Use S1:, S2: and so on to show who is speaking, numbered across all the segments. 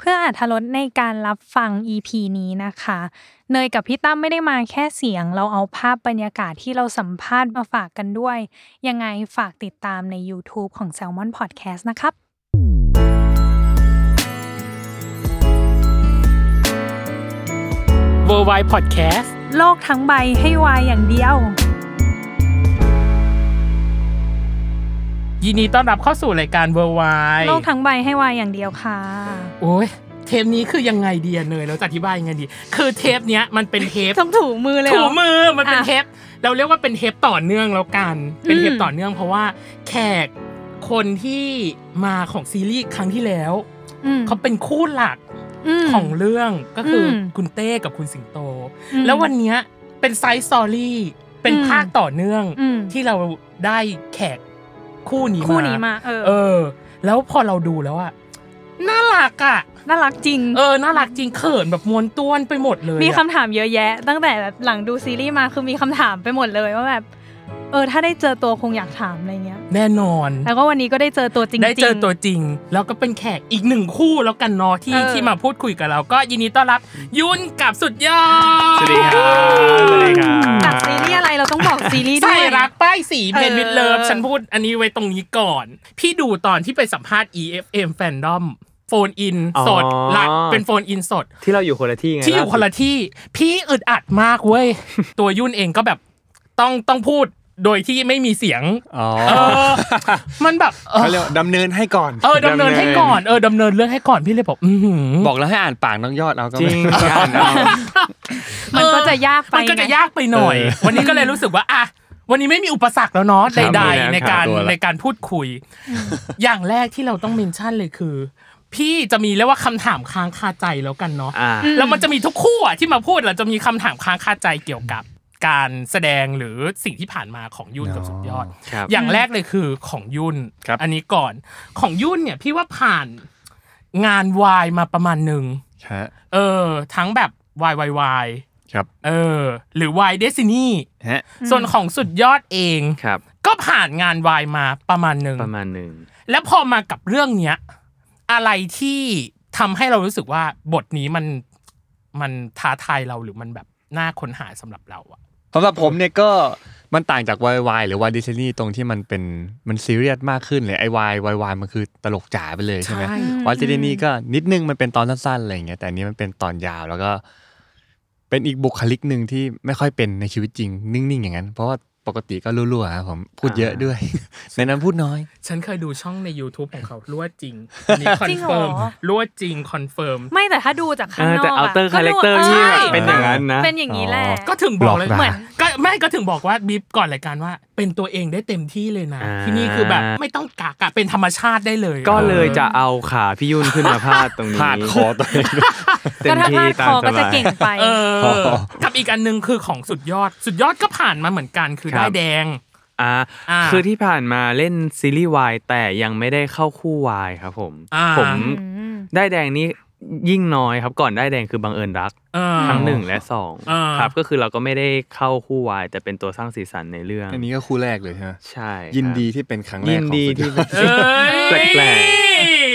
S1: เพื่ออาธรสในการรับฟัง EP นี้นะคะ เนยกับพี่ตั้มไม่ได้มาแค่เสียง เราเอาภาพบรรยากาศที่เราสัมภาษณ์มาฝากกันด้วย ยังไงฝากติดตามใน YouTube ของ Salmon Podcast นะครับ
S2: w o r l d w i d e Podcast
S1: โลกทั้งใบให้วายอย่างเดียว
S2: ยินดีต้อนรับเข้าสู่รายการ w o r l d w i d e
S1: โลกทั้งใบให้วายอย่างเดียวค่ะ
S2: โอ้ยเทปนี้คือยังไงดีอะเนยเราจะอธิบายยังไงดี คือเทปเนี้ยมันเป็นเทป
S1: ต้องถูมือเลยเหร
S2: ถู
S1: อ
S2: มือมันเป็น
S1: อ่ะ
S2: เทป เราเรียกว่าเป็นเทปต่อเนื่องแล้วกัน เป็นเทปต่อเนื่องเพราะว่าแขกคนที่มาของซีรีส์ครั้งที่แล้ว
S1: ม
S2: เขาเป็นคู่หลัก
S1: ม
S2: ของเรื่องก็คืออ
S1: ม
S2: คุณเต้กับคุณสิงโต
S1: อืม
S2: แล้ววันเนี้ยเป็นไซส์ซอรี่เป็น
S1: อืม
S2: ภาคต่อเนื่อง
S1: อืม
S2: ที่เราได้แขกคู่นี้มา
S1: คู่นี้มา เอ
S2: เอ
S1: อ
S2: อ แล้วพอเราดูแล้วอะน่ารักอะ
S1: น่ารักจริง
S2: เออน่ารักจริงเขินแบบมวนต้วนไปหมดเลยอะ
S1: มีคำถามเยอะแยะ ตั้งแต่หลังดูซีรีส์มาคือมีคำถามไปหมดเลยว่าแบบ เออ ถ้าได้เจอตัวคงอยากถามอะไรเงี้ย
S2: แน่นอน
S1: แล้วก็วันนี้ก็ได้เจอตัวจริงๆ
S2: ได้เจอตัวจริง แล้วก็เป็นแขกอีกหนึ่งคู่แล้วกันเนาะที่
S1: เออ
S2: ที่มาพูดคุยกับเรา ก็ยินดีต้อนรับยุนกับสุดยอด
S3: สวัสดีครับ สวัสดีครับ
S1: จากซีรีส์อะไรเราต้องบอกซีรีส์ด้
S2: ใส่
S1: วย
S2: รักป้ายสี
S1: เออ
S2: เป็นวิดเลิฟฉันพูดอันนี้ไว้ตรงนี้ก่อน พี่ดูตอนที่ไปสัมภาษณ์ EFM Fandom โฟนอินสด
S3: อ๋อ
S2: ละเป็นโฟนอินสด
S3: ที่เราอยู่คนละที่ไง
S2: ที่อยู่คนละที่พี่อึดอัดมากเว้ย ตัวยุ่นเองก็แบบต้องต้องพูดโดยที่ไม่มีเสียง
S3: อ๋อ
S2: เออมันแบบเออ
S3: เขาเรียกว่าดำเนินให้ก่อน
S2: เออดำเนินให้ก่อนเออดำเนินเรื่องให้ก่อนพี่เลยบอกอือหือ
S4: บอกแล้วให้อ่านปากน้องยอดเอาก็
S3: จริ
S4: ไม่
S3: ง
S4: ไม่อ่านเอา
S1: มันก็จะยากไป
S2: มันก็จะ
S1: ไง
S2: ยากไปหน่อย
S4: เออ
S2: วันนี้ก็เลยรู้สึกว่าอ่ะวันนี้ไม่มีอุปสรรคแล้วเนาะใด
S4: ไม่
S2: ๆ
S4: มีนะ
S2: ในการ
S4: ขาดตัวละ
S2: ในการพูดคุย อย่างแรกที่เราต้องเมนชั่นเลยคือ พี่จะมีเรียกว่าคำถามค้างคาใจแล้วกันเนาะ
S3: อ่า
S2: แล้วมันจะมีทุกคู่อะที่มาพูดเราจะมีคำถามค้างคาใจเกี่ยวกับการแสดงหรือสิ่งที่ผ่านมาของยุ่นกับสุดยอด
S3: ครับ
S2: อย่างแรกเลยคือของยุ่น
S3: ครับ
S2: อันนี้ก่อนของยุ่นเนี่ยพี่ว่าผ่านงานวายมาประมาณหนึ่ง
S4: ฮะ
S2: เออ ทั้งแบบวายวายวาย
S4: ครับ
S2: เออ หรือวายเดซินี่
S3: ฮะ
S2: ส่วนของสุดยอดเอง
S3: ครับ
S2: ก็ผ่านงานวายมาประมาณหนึ่ง
S3: ประมาณหนึ่ง
S2: แล้วพอมากับเรื่องเนี้ยอะไรที่ทำให้เรารู้สึกว่าบทนี้มันมันท้าทายเราหรือมันแบบน่าค้นหาสำหรับเราอะ
S4: สำหรับผมเนี่ยก็มันต่างจากวายวายหรือวายดิสนีย์ตรงที่มันเป็นมันซีเรียสมากขึ้นเลยไอวายวายวายมันคือตลกจ๋าไปเลยใช่ไหม
S2: ใช่
S4: วายดิสนีย์ก็นิดนึงมันเป็นตอนสั้นๆอะไรอย่างเงี้ยแต่อันนี้มันเป็นตอนยาวแล้วก็ เป็นอีกบุคลิกหนึ่งที่ไม่ค่อยเป็นในชีวิตจริง นิ่งๆอย่างนั้น เพราะว่าปกติก็รั่วๆครับผมพูดเยอะด้วย ในนั้นพูดน้อย
S2: ฉันเคยดูช่องใน YouTube ของเขารั่วจริงอันนี้คอ
S1: จริ
S2: น
S1: งเหรอ
S2: เฟิร์มรั่วจริงคอนเฟิร์ม
S1: ไม่แต่ถ้าดูจากข้างนอก
S3: เออแต่
S1: อะ
S3: outer
S1: ก็ดู
S3: character ที่แบบ
S1: ใช่
S3: เป็นอย่างนั้นนะ
S1: เป็นอย่างนี้แหละ
S2: ก็ถึงบอกเลย
S4: บล็อกนะ
S2: เหมือนก็ไม่ก็ถึงบอกว่าบีบก่อนรายการว่า เป็นตัวเองได้เต็มที่เลยนะ
S3: อ่า
S2: ที่นี่คือแบบไม่ต้องกากอะเป็นธรรมชาติได้เลย
S3: ก็เลยจะเอาขาพี่ยุ่นขึ้นมาพาดตรงนี้
S4: พาดคอตัวเอง
S3: เต็
S1: ก็
S3: ม
S1: ถ้าพ
S3: ที่
S1: ลาด
S3: ตา
S1: ค
S3: ม
S1: อ
S3: ส
S1: ก็จะ
S3: บาย
S1: เก่งไป
S2: เอ
S4: อ๋
S2: อ
S4: อ
S2: กับอีกอันหนึงคือของสุดยอด สุดยอดก็ผ่านมาเหมือนกันคือได้แดง
S3: อ่า
S2: อ่า
S3: คือที่ผ่านมาเล่นซีรีส์วายแต่ยังไม่ได้เข้าคู่วายครับผม
S2: อ่า
S3: ผม
S1: อืม
S3: ได้แดงนี้ยิ่งน้อยครับก่อนได้แดงคือบังเอิญรัก
S2: เออ
S3: ทั้งหนึ่งและสอง
S2: อ่า
S3: ครับก็คือเราก็ไม่ได้เข้าคู่วาย แต่เป็นตัวสร้างสีสันในเรื่อง
S4: อันนี้ก็คู่แรกเลยใช่ไหม
S3: ใช่ครับ
S4: ยินดีที่เป็นครั้งแรก
S3: ยิน
S4: ของ
S3: ดี
S4: สุดย
S3: ที่
S4: อด
S2: เอ้
S3: เป็น
S2: ย
S3: แปลก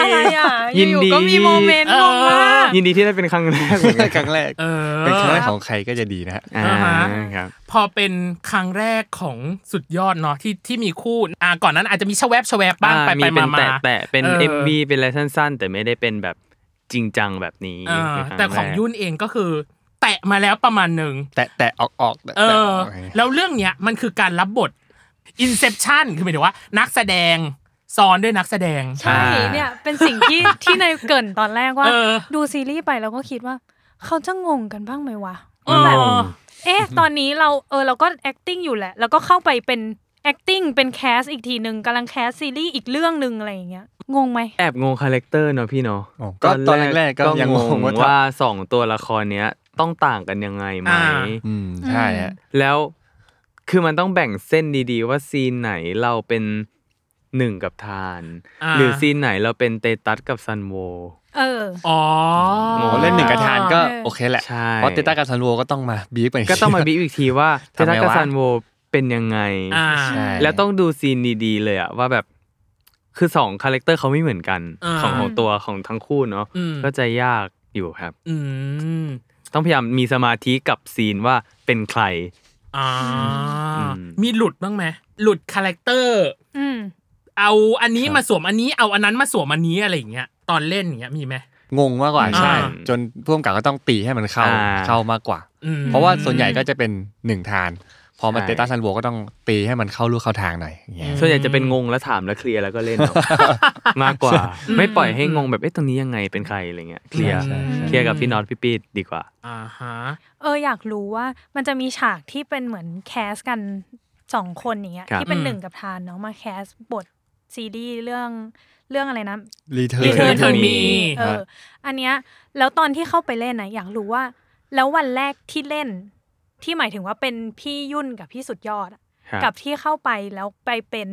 S1: อะไรอ่ะ
S3: ยินดี
S1: อยู่ๆก็มีโมเมนต์งงมาก
S3: ยิน ดีที่ได้เป็นครั้งแรกเหมือนกัน
S4: ครั้งแรก
S2: เออ
S4: เป็นครั้งแรกของใครก็จะดีนะฮะ
S3: อ่า
S2: อ่าฮะ
S3: ครับ
S2: พอเป็นครั้งแรกของสุดยอดเนาะที่ที่มีคู่อ่าก่อนนั้นอาจจะมีชะแวบชะแวบบ้าง
S3: อ่
S2: ไปไป
S3: เป็น
S2: มามา
S3: แตะแตะเป็น
S2: เออ
S3: MV เป็นอะไรสั้น ๆ แต่ไม่ได้เป็นแบบจริงจังแบบนี้
S2: อ่า
S3: เป็นครั้
S2: แต่ของ
S3: แรก
S2: ยุ่นเองก็คือ แตะมาแล้วประมาณหนึ่ง
S4: แตะแตะออกออกแตะ
S2: เออ
S4: แตะออกอะไรเงี้ย
S2: แล้วเรื่องเนี้ยมันคือการรับบท Inception คือหมายถึงว่า นักแสดงซ้อนด้วยนักแสดง
S1: ใช่
S3: อ่า
S1: เนี่ยเป็นสิ่งที่ ที่เนยเกรินตอนแรกว่า
S2: เออ
S1: ดูซีรีส์ไปแล้วก็คิดว่า เขาจะงงกันบ้างไหมวะ
S2: เออ
S1: แบบ เอ๊ะ ตอนนี้เราเออเราก็ acting อยู่แหละ แล้วก็เข้าไปเป็น acting เป็นแคสอีกทีหนึ่งกำลังแคสซีรีส์อีกเรื่องหนึ่งอะไรอย่างเงี้ย งงไหม
S3: แอบงงคาแรคเตอร์เนาะพี่เนาะ
S4: อ๋อก็ตอนแรกๆก็ยังงง
S3: ก็
S4: ว่า
S3: ว่าสองตัวละครเนี้ยต้องต่างกันยังไงไหม
S2: อ่า
S4: อืมใช่ฮะ
S3: แล้วคือมันต้องแบ่งเส้นดีๆ ว่าซีนไหนเราเป็นหนึ่งกับทาน
S2: อ่า
S3: หรือซีนไหนเราเป็นเตตัสกับซั นโว
S1: เออ
S2: อ๋อ
S3: โอ้
S4: โอ้เล่นหนึ่งกระทานก็
S1: เออ
S4: โอเคแหละ
S3: ใช่
S4: เพราะเตต้ากับซันโวก็ต้องมาบีบไป
S3: ก็ต้องมาบีบอีกทีว่าเต
S4: ทำ
S3: ตั
S4: ไม
S3: สกับ
S4: วะ
S3: ซันโวเป็นยังไง
S2: อ่า
S4: ใช่
S3: แล้วต้องดูซีนดีๆเลยอะว่าแบบคือสองคาแรคเตอร์เขาไม่เหมือนกัน
S2: อ่า
S3: ของของตัวของทั้งคู่เนาะ
S2: อืม
S3: ก็จะยากอยู่ครับ
S2: อืม
S3: ต้องพยายามมีสมาธิกับซีนว่าเป็นใคร
S2: อ่า
S3: อืม
S2: มีหลุดบ้างไหมหลุดคาแรคเตอร์
S1: อืม
S2: เอาอันนี้มาสวมอันนี้เอาอันนั้นมาสวมอันนี้อะไรอย่างเงี้ยตอนเล่นอย่างเงี้ยมีไหม
S4: งงมากกว่า
S2: อ่า
S4: ใช่ จนพ่วงกับก็ต้องตีให้มันเข้า
S3: อ่า
S4: เข้ามากกว่า
S2: อืม
S4: เพราะว่าส่วนใหญ่ก็จะเป็นหนึ่งทาน พอมา
S3: ใช่
S4: เตต้าซันโวก็ต้องตีให้มันเข้าลูกเข้าทางหน่อยอย่างเงี้ย
S3: ส่วนใหญ่จะเป็นงงแล้วถามแล้วเคลียร์แล้วก็เล่น เอา มากกว่า ไม่ปล่อยให้งงแบบเอ๊ะตรงนี้ยังไงเป็นใครอะไรเงี้ยเคลียร์
S4: ใช่ใช่
S3: เคลียร์กับพี่น็อตพี่ปีดดีกว่า
S2: อ่าฮะ
S1: เอออยากรู้ว่ามันจะมีฉากที่เป็นเหมือนแคสกันสองคนอย่างเงี้ย
S3: ครับ
S1: ที่เป็น
S2: อืม
S1: หนึ่งกับทานเนาะมาแคสบทซีรีส์เรื่องเรื่องอะไรนะ
S4: รีเทิ
S2: Return
S4: ร์
S2: to
S4: น
S2: me
S1: เออ อันเนี้ยแล้วตอนที่เข้าไปเล่นนะอยากรู้ว่า แล้ววันแรกที่เล่น ที่หมายถึงว่าเป็นพี่ยุ่นกับพี่สุดยอดอะ
S3: ครับ
S1: กับที่เข้าไปแล้วไปเป็น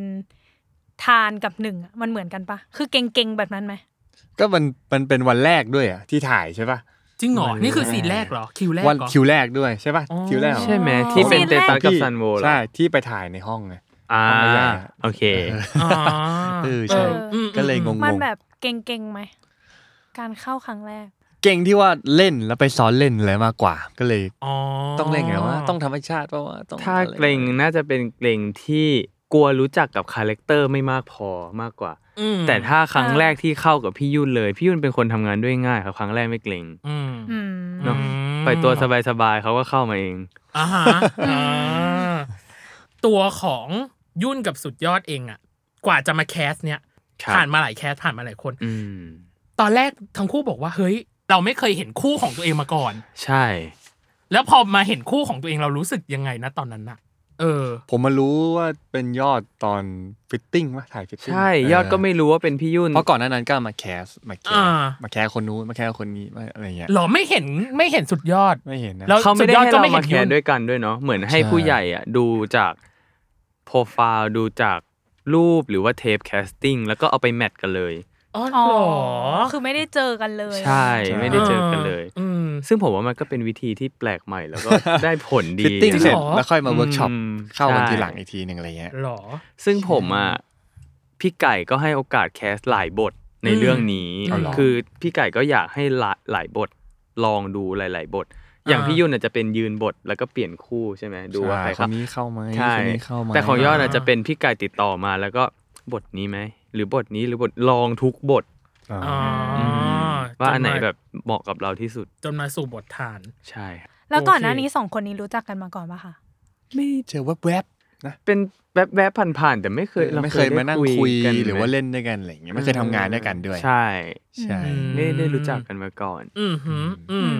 S1: ทานกับหนึ่งอะมันเหมือนกันปะคือเก่งๆแบบนั้นไหม
S4: ก็มันมันเป็นวันแรกด้วยอ่ะที่ถ่ายใช่ป่ะ
S2: จริงเหรอนี่คือซีนแรกเหรอคิวแรก
S4: วัน
S2: เหรอ
S4: คิวแรกด้วยใช่ป่ะ
S2: อ๋อ
S4: คิวแรกเหรอ
S3: ใช่ไหมที่เป็นเตตัสกับซันโวเหรอ
S4: ใช่ที่ไปถ่ายในห้องไง
S3: อ่า
S4: ห้องใหญ่ๆอะ
S3: โอเค
S2: อ๋อ
S4: เออใช่
S2: ออ
S4: ก็เลยงง
S1: มัน
S4: ๆ
S1: แบบเก่งๆไหมการเข้าครั้งแรก
S4: เก่งที่ว่าเล่นแล้วไปซ้อนเล่นอะไรมากกว่า ก็เลย
S2: อ๋อ
S4: ต้องเล่นไงว่าต้องธรรมชาติเพราะว่าต้อง
S3: ถ้าเกรงน่าจะเป็นเกรงที่กลัวรู้จักกับคาแรคเตอร์ไม่มากพอมากกว่า
S2: อืม
S3: แต่ถ้าครั้ง
S1: อ่า
S3: แรกที่เข้ากับพี่ยุ่นเลย พี่ยุ่นเป็นคนทำงานด้วยง่ายครับครั้งแรกไม่เกรง
S2: อืม
S1: อืม
S3: เนาะปล่อยตัวสบายๆเขาก็เข้ามาเอง
S2: อ่าฮะอ่าตัวของยุ่นกับสุดยอดเองอะกว่าจะมาแคสเนี่ย
S3: ครับ
S2: ผ่านมาหลายแคสผ่านมาหลายคน
S3: อืม
S2: ตอนแรกทั้งคู่บอกว่าเฮ้ย เราไม่เคยเห็นคู่ของตัวเองมาก่อน
S3: ใช่
S2: แล้วพอมาเห็นคู่ของตัวเองเรารู้สึกยังไงนะตอนนั้นน่ะ เออ
S4: ผมมารู้ว่าเป็นยอดตอนฟิตติ้งว่าถ่ายฟิตติ้ง
S3: ใช่ ยอดก็ไม่รู้ว่าเป็นพี่ยุ่น
S4: เพราะก่อนหน้านั้นก็มาแคสมาแคส
S2: อ่า
S4: มาแคสคนนู้นมาแคสคนนี้มาอะไรเงี้ย
S2: หรอไม่เห็นไม่เห็นสุดยอด
S4: ไม่เห็นนะ
S2: แล้ว
S3: เขาไม่
S2: สุ
S3: ได้
S2: ดยอด
S3: ให้
S2: ก็
S3: เรา
S2: ไม่เห็น
S3: มาแค
S2: ยุ่
S3: ร์
S2: น
S3: ด้วยกันด้วยเนาะเหมือนให้
S4: ใช่
S3: ผู้ใหญ่อ่ะดูจากโปรไฟล์ดูจากรูปหรือว่าเทปแคสติ้งแล้วก็เอาไปแมทกันเลย
S2: อ๋อ
S1: อ๋อ
S2: เหรอ
S1: คือไม่ได้เจอกันเลย
S3: ใช่ไม่ได้เจอกันเลย
S2: อืม
S3: ซึ่งผมว่ามันก็เป็นวิธีที่แปลกใหม่แล้วก็ ได้ผลดี
S4: ฟิตติ้ง
S3: นะ
S4: เสร็จ
S2: จริงเหรอ
S4: แล้วค่อยมาเวิร์กช็อป
S3: อืม
S4: เข้ากัน
S3: ใช่
S4: ทีหลังอีกทีหนึ่งอะไรเงี้ย
S2: หรอ
S3: ซึ่งผมอ่ะพี่ไก่ก็ให้โอกาสแคสหลายบทใน
S2: อืม
S3: เรื่องนี้
S2: เอาเหรอ
S3: คือพี่ไก่ก็อยากให้หลายหลายบทลองดูหลาย ๆ บท อย่าง
S2: อ่า
S3: พี่ยุ่นอาจจะเป็นยืนบทแล้วก็เปลี่ยนคู่ใช่ไหมดูว่า
S4: ใช่
S3: ใคร
S4: ค
S3: เข้า
S4: นนี้เข้าไหม
S3: ใช่
S4: คนนี้เข้าไหม
S3: แต่ของยอดอาจ
S2: อ่า
S3: จะเป็นพี่ไก่ติดต่อมาแล้วก็บทนี้ไหมหรือบทนี้หรือบทลองทุกบท
S4: อ่า
S2: อ๋ออ
S3: มว่าอันไหน
S2: จม
S3: แบบเหมาะกับเราที่สุด
S2: จนมาสู่บทฐาน
S3: ใช่ครับ
S1: แล้วก่อนหน้า
S2: โอเค
S1: นี้สองคนนี้รู้จักกันมาก่อนปะคะ
S4: ไม่เจอแวบๆนะ
S3: เป็นแวบๆผ่านๆแต่ไม่เคยรา
S4: ไม่เคยมานั่ง
S3: ด้
S4: คุย
S3: น
S4: หรือว่าเล่นด้วยกันอะไรเงี้ยไม่เคยทำงานด้วยกันด้วย
S3: ใช่
S4: ใช่
S2: อืม
S3: ไม่ได้รู้จักกันมาก่อน
S2: อืมหืมอื
S1: อื
S2: ม
S1: ม